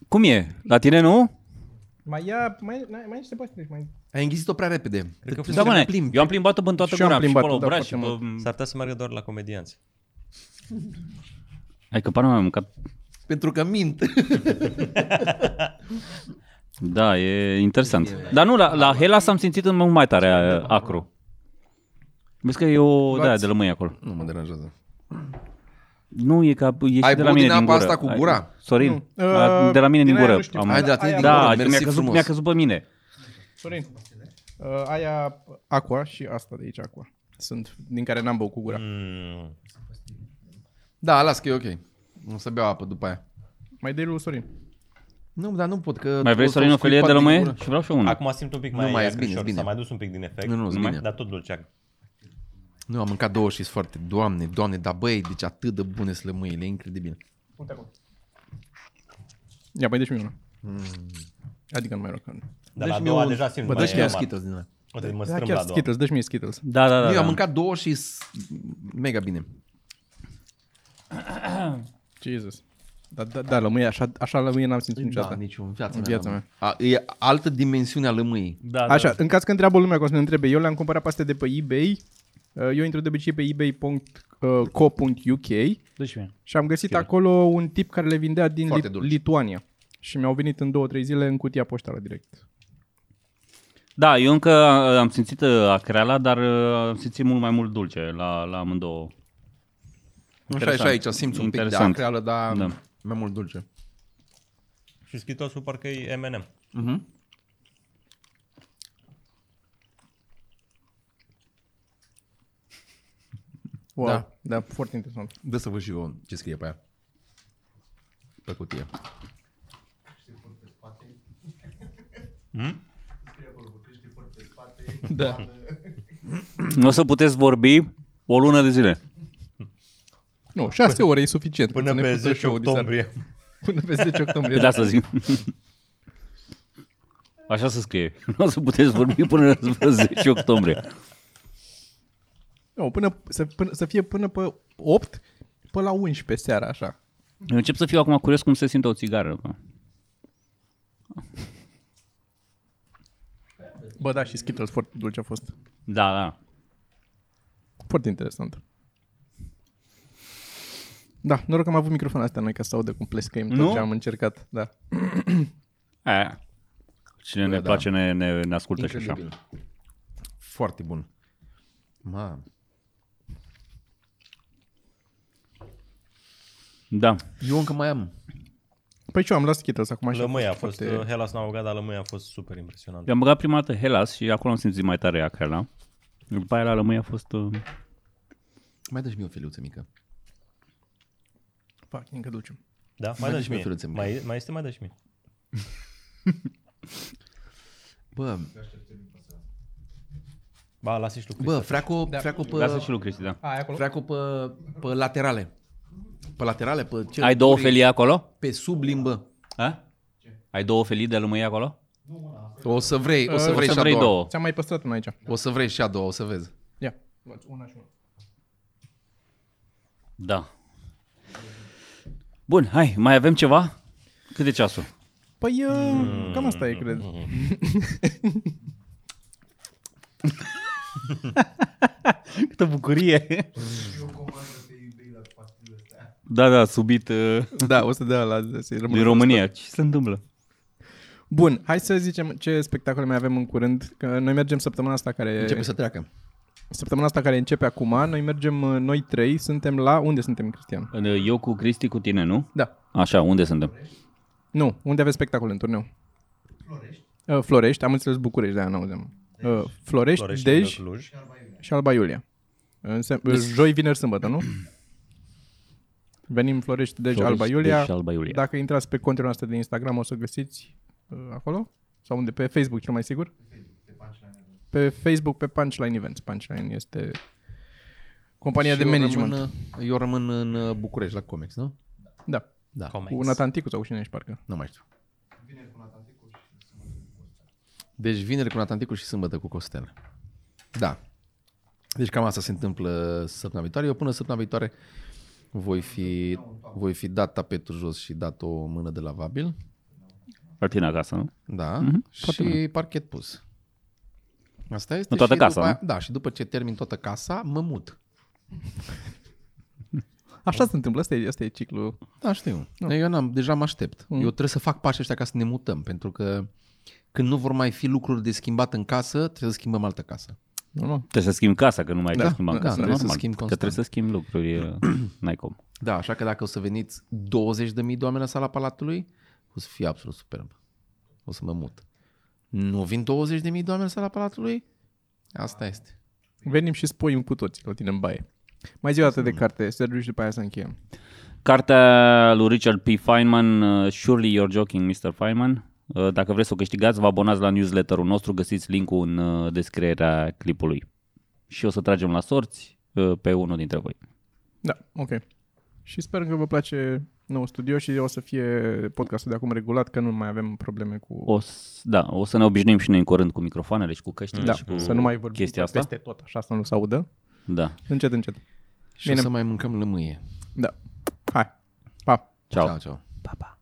B: Cum e? La tine nu?
C: Mai ia, mai, mai, mai niște pastiști, mai...
A: Ai înghizit-o prea repede. Te-
D: că
A: te-
B: Da,
A: te
B: mă,
A: plimbi.
B: eu am plimbat-o în toată
C: Și eu am
B: gura, am și pe la
C: plimbat-o, da,
B: obraz și
C: foarte
B: pe...
D: S-ar putea să meargă doar la comedianți.
B: Hai că pana mea am mâncat.
A: Pentru că mint.
B: Da, e interesant. Dar nu, la, la Hellas am simțit în mult mai tare a- acru. Vezi că e o de aia de lămâie acolo.
A: nu mă deranjat.
B: Nu, e ca e și
A: Ai
B: de la
A: băut
B: mine
A: din
B: din
A: apa
B: gură.
A: asta cu
B: Ai-
A: gura?
B: Sorin,
C: Nu.
B: a-
C: Uh,
B: de la mine din
C: din aia
B: gură.
C: nu știu.
B: am-
A: Hai de la tine
C: Aia
A: din
C: am
A: gură,
B: Da, mi-a
A: mersi
B: căzut,
A: frumos.
B: mi-a căzut pe mine.
C: Sorin, uh, aia aqua și asta de aici aqua. Sunt din care n-am băut cu gura. Mm.
D: Mm.
A: Da, las că e ok. O să beau apă după aia.
C: Mai dai lui Sorin.
A: Nu, dar nu pot că...
B: Mai vrei,
A: o să
B: Sorin, o felie
A: scuip
B: de
A: pat din
B: lămâie?
A: gură.
B: Și vreau și eu una.
D: Hmm. Acum simt un pic
A: Nu
D: mai,
A: mai e,
D: mai
A: bine, e bine.
D: S-a mai dus un pic din efect.
A: Nu, nu, e
B: Nu mai-
A: bine.
D: Dar tot dulceag.
A: Nu, am mâncat două și sunt foarte... Doamne, doamne, dar băi, deci atât de bune sunt lămâile, e incredibil.
C: Uite acum. Ia, mai dai și mie una. Mm. Adică nu mai rog.
D: Dar la a doua deja simt
A: Bă,
D: mai
A: dă și mie Deci un
D: amar.
A: Skittles din ăla.
D: Uite, mă
C: Da,
D: strâmb la
C: chiar
D: a doua.
C: Skittles, dă și mie Skittles.
B: Da, da, da.
A: Eu
B: da.
A: am mâncat două și s- mega bine.
C: Jesus. Da, da, da lămâie, așa, așa lămâie n-am
A: Da,
C: simțit niciodată.
A: niciun în viața,
C: În viața
A: mea. n-am. A, e altă dimensiune a lămâii.
B: Da, da.
C: Așa, în caz că întreabă lumea că o să ne întrebe, eu le-am cumpărat pe astea de pe eBay, Uh, eu intru de obicei pe ebay.co.uk
B: Deci mie.
C: și am găsit acolo un tip care le vindea din
A: Foarte
C: Lit-
A: dulce.
C: Lituania. Și mi-au venit în două, trei zile în cutia poștală direct.
B: Da, eu încă uh, am simțit uh, acreala, dar uh, am simțit mult mai mult dulce la, la amândouă.
A: Așa, și aici simți un pic de
B: Interesant.
A: acreală, dar
B: Da.
A: mai mult dulce.
D: Și schitosul parcă e M&M.
C: Wow,
A: Da.
C: da, foarte interesant.
A: Dă să văd și eu ce scrie pe aia. Pe cutie.
B: Nu o să puteți vorbi o lună de zile.
C: Nu, șase ore e suficient.
D: Până
C: să ne
D: pe
C: putem
D: 10
C: show de seară.
D: octombrie.
C: Până pe 10 octombrie. da.
B: Pe de asta zic. Așa se scrie. Nu o să puteți vorbi până la 10 octombrie.
C: Nu, până, să, până, să fie până pe 8, până la 11 seara, așa.
B: Eu încep să fiu acum curios cum se simte o țigară.
C: Bă, da, și Skittles foarte dulce a fost.
B: Da, da.
C: Foarte interesant. Da, noroc că am avut microfonul astea noi ca să audă cum plescăim tot
B: Nu?
C: ce am încercat. Da.
B: Aia. Cine ne
A: da.
B: place ne, ne, ne ascultă și așa.
A: Incredibil. Foarte bun. Mamă.
B: Da. Da.
A: Eu încă mai am.
C: Păi și eu am luat Skittles acum așa.
D: Lămâia a fost, foarte... Hellas n-a băgat, dar lămâia a fost super impresionant.
B: I-am băgat prima dată Hellas și acolo am simțit mai tare acrela. După aia la lămâie a fost... Uh...
A: Mai dă și mie o feliuță mică.
C: Fac, încă ducem.
D: Da? Mai dă
A: dă
D: și
A: mie
D: mie.
A: firuțe, mă.
D: Mai, mai este, mai dă și mie.
A: Bă,
D: Ba, lasă și tu.
A: bă freacu, da. freacu
B: Lasă
A: pe,
B: și lui Cristi, da.
C: A, e acolo?
A: freacu pe, pe laterale. Pe laterale, pe cel
B: Ai două felii acolo?
A: Pe sub limbă.
B: A? Ai două felii de lămâie acolo?
A: O să vrei, o să
C: O
A: vrei
B: să
A: și a
B: vrei
A: doua.
B: două.
C: Ți-am mai păstrat una aici.
A: O să vrei și a doua, o să vezi.
C: Ia. Una și una.
B: Da. Bun, hai, mai avem ceva? Cât e ceasul?
C: Păi, uh, cam asta e, cred.
B: Câtă bucurie! Da, da, subit uh,
C: Da, o să dea la... Să
B: din România. Ce se întâmplă?
C: Bun, hai să zicem ce spectacole mai avem în curând. Că noi mergem săptămâna asta care...
A: Începe să treacă.
C: Săptămâna asta care începe acum, noi mergem, uh, noi trei, suntem la... Unde suntem, Cristian?
B: uh, Eu cu Cristi, cu tine, nu?
C: Da.
B: Așa, unde suntem?
C: Nu, unde aveți spectacol în turneu? Florești. Uh, Florești, am înțeles București, de-aia n-auzeam. Uh, Florești,
D: Florești,
C: Florești,
D: Dej.
A: deci?
C: Dej
D: Cluj.
C: și Alba Iulia. Însă,
B: Deci-
C: uh, joi, vineri, sâmbătă, nu? Venim Florești, Dej,
B: Florești,
C: Alba Iulia.
B: Dej și Alba Iulia.
C: Dacă intrați pe contul noastră de Instagram, o să găsiți uh, acolo? Sau unde? Pe Facebook, cel mai sigur? Pe Facebook, pe Punchline Events. Punchline este compania
A: Și
C: de
A: eu
C: management.
A: Rămân, eu rămân în uh, București, la Comex, nu?
C: Da,
A: Da,
D: Comex.
C: cu Nathan Ticu sau cu cine ești, parcă.
A: nu mai știu. Deci vineri cu Natanticul și sâmbătă cu Costel. Da. Deci cam asta se întâmplă săptămâna viitoare. Eu până săptămâna viitoare voi fi, voi fi dat tapetul jos și dat o mână de lavabil.
B: La tine acasă, nu?
A: Da.
B: Mhm,
A: Mm-hmm, și parchet pus. Asta este.
B: În toată
A: și
B: casa,
A: după aia-
B: nu?
A: Da, și după ce termin toată casa, mă mut.
C: Așa se întâmplă, asta e, asta e ciclul.
A: Da, știu. No. Eu n-am, deja mă aștept. Mm. Eu trebuie să fac pașii ăștia ca să ne mutăm, pentru că când nu vor mai fi lucruri de schimbat în casă, trebuie să schimbăm altă casă.
C: Normal.
B: Trebuie să schimbi casa, că nu mai ai
A: Da,
B: da, schimbat
A: da,
B: casa.
A: trebuie să
B: normal.
A: schimbi
B: Că
A: constant.
B: trebuie să schimbi lucruri, uh, n-ai cum.
A: Da, așa că dacă o să veniți 20.000 de oameni la sala Palatului, o să fie absolut superb. O să mă mut. Nu vin 20.000 de oameni la sala Palatului? Asta este.
C: Venim și spui cu toți la tine în baie. Mai zi o dată de carte, Sergiu, și după aia să încheiem.
B: Cartea lui Richard P. Feynman, uh, Surely You're Joking, Mr. Feynman. Uh, Dacă vreți să o câștigați, vă abonați la newsletterul nostru, găsiți linkul în uh, descrierea clipului. Și o să tragem la sorți uh, pe unul dintre voi.
C: Da, ok. Și sper că vă place nou studio și o să fie podcastul de acum regulat, că nu mai avem probleme cu...
B: O, s- da, o să ne obișnuim și noi în curând cu microfoanele și cu căștile
C: da,
B: și deci cu
C: să nu mai vorbim
B: chestia asta.
C: peste tot, așa să nu se audă.
B: Da.
C: Încet, încet.
A: Și Bine. o să mai mâncăm lămâie.
C: Da. Hai. Pa.
B: Ciao.
A: Ciao, ciao.
B: Pa, pa.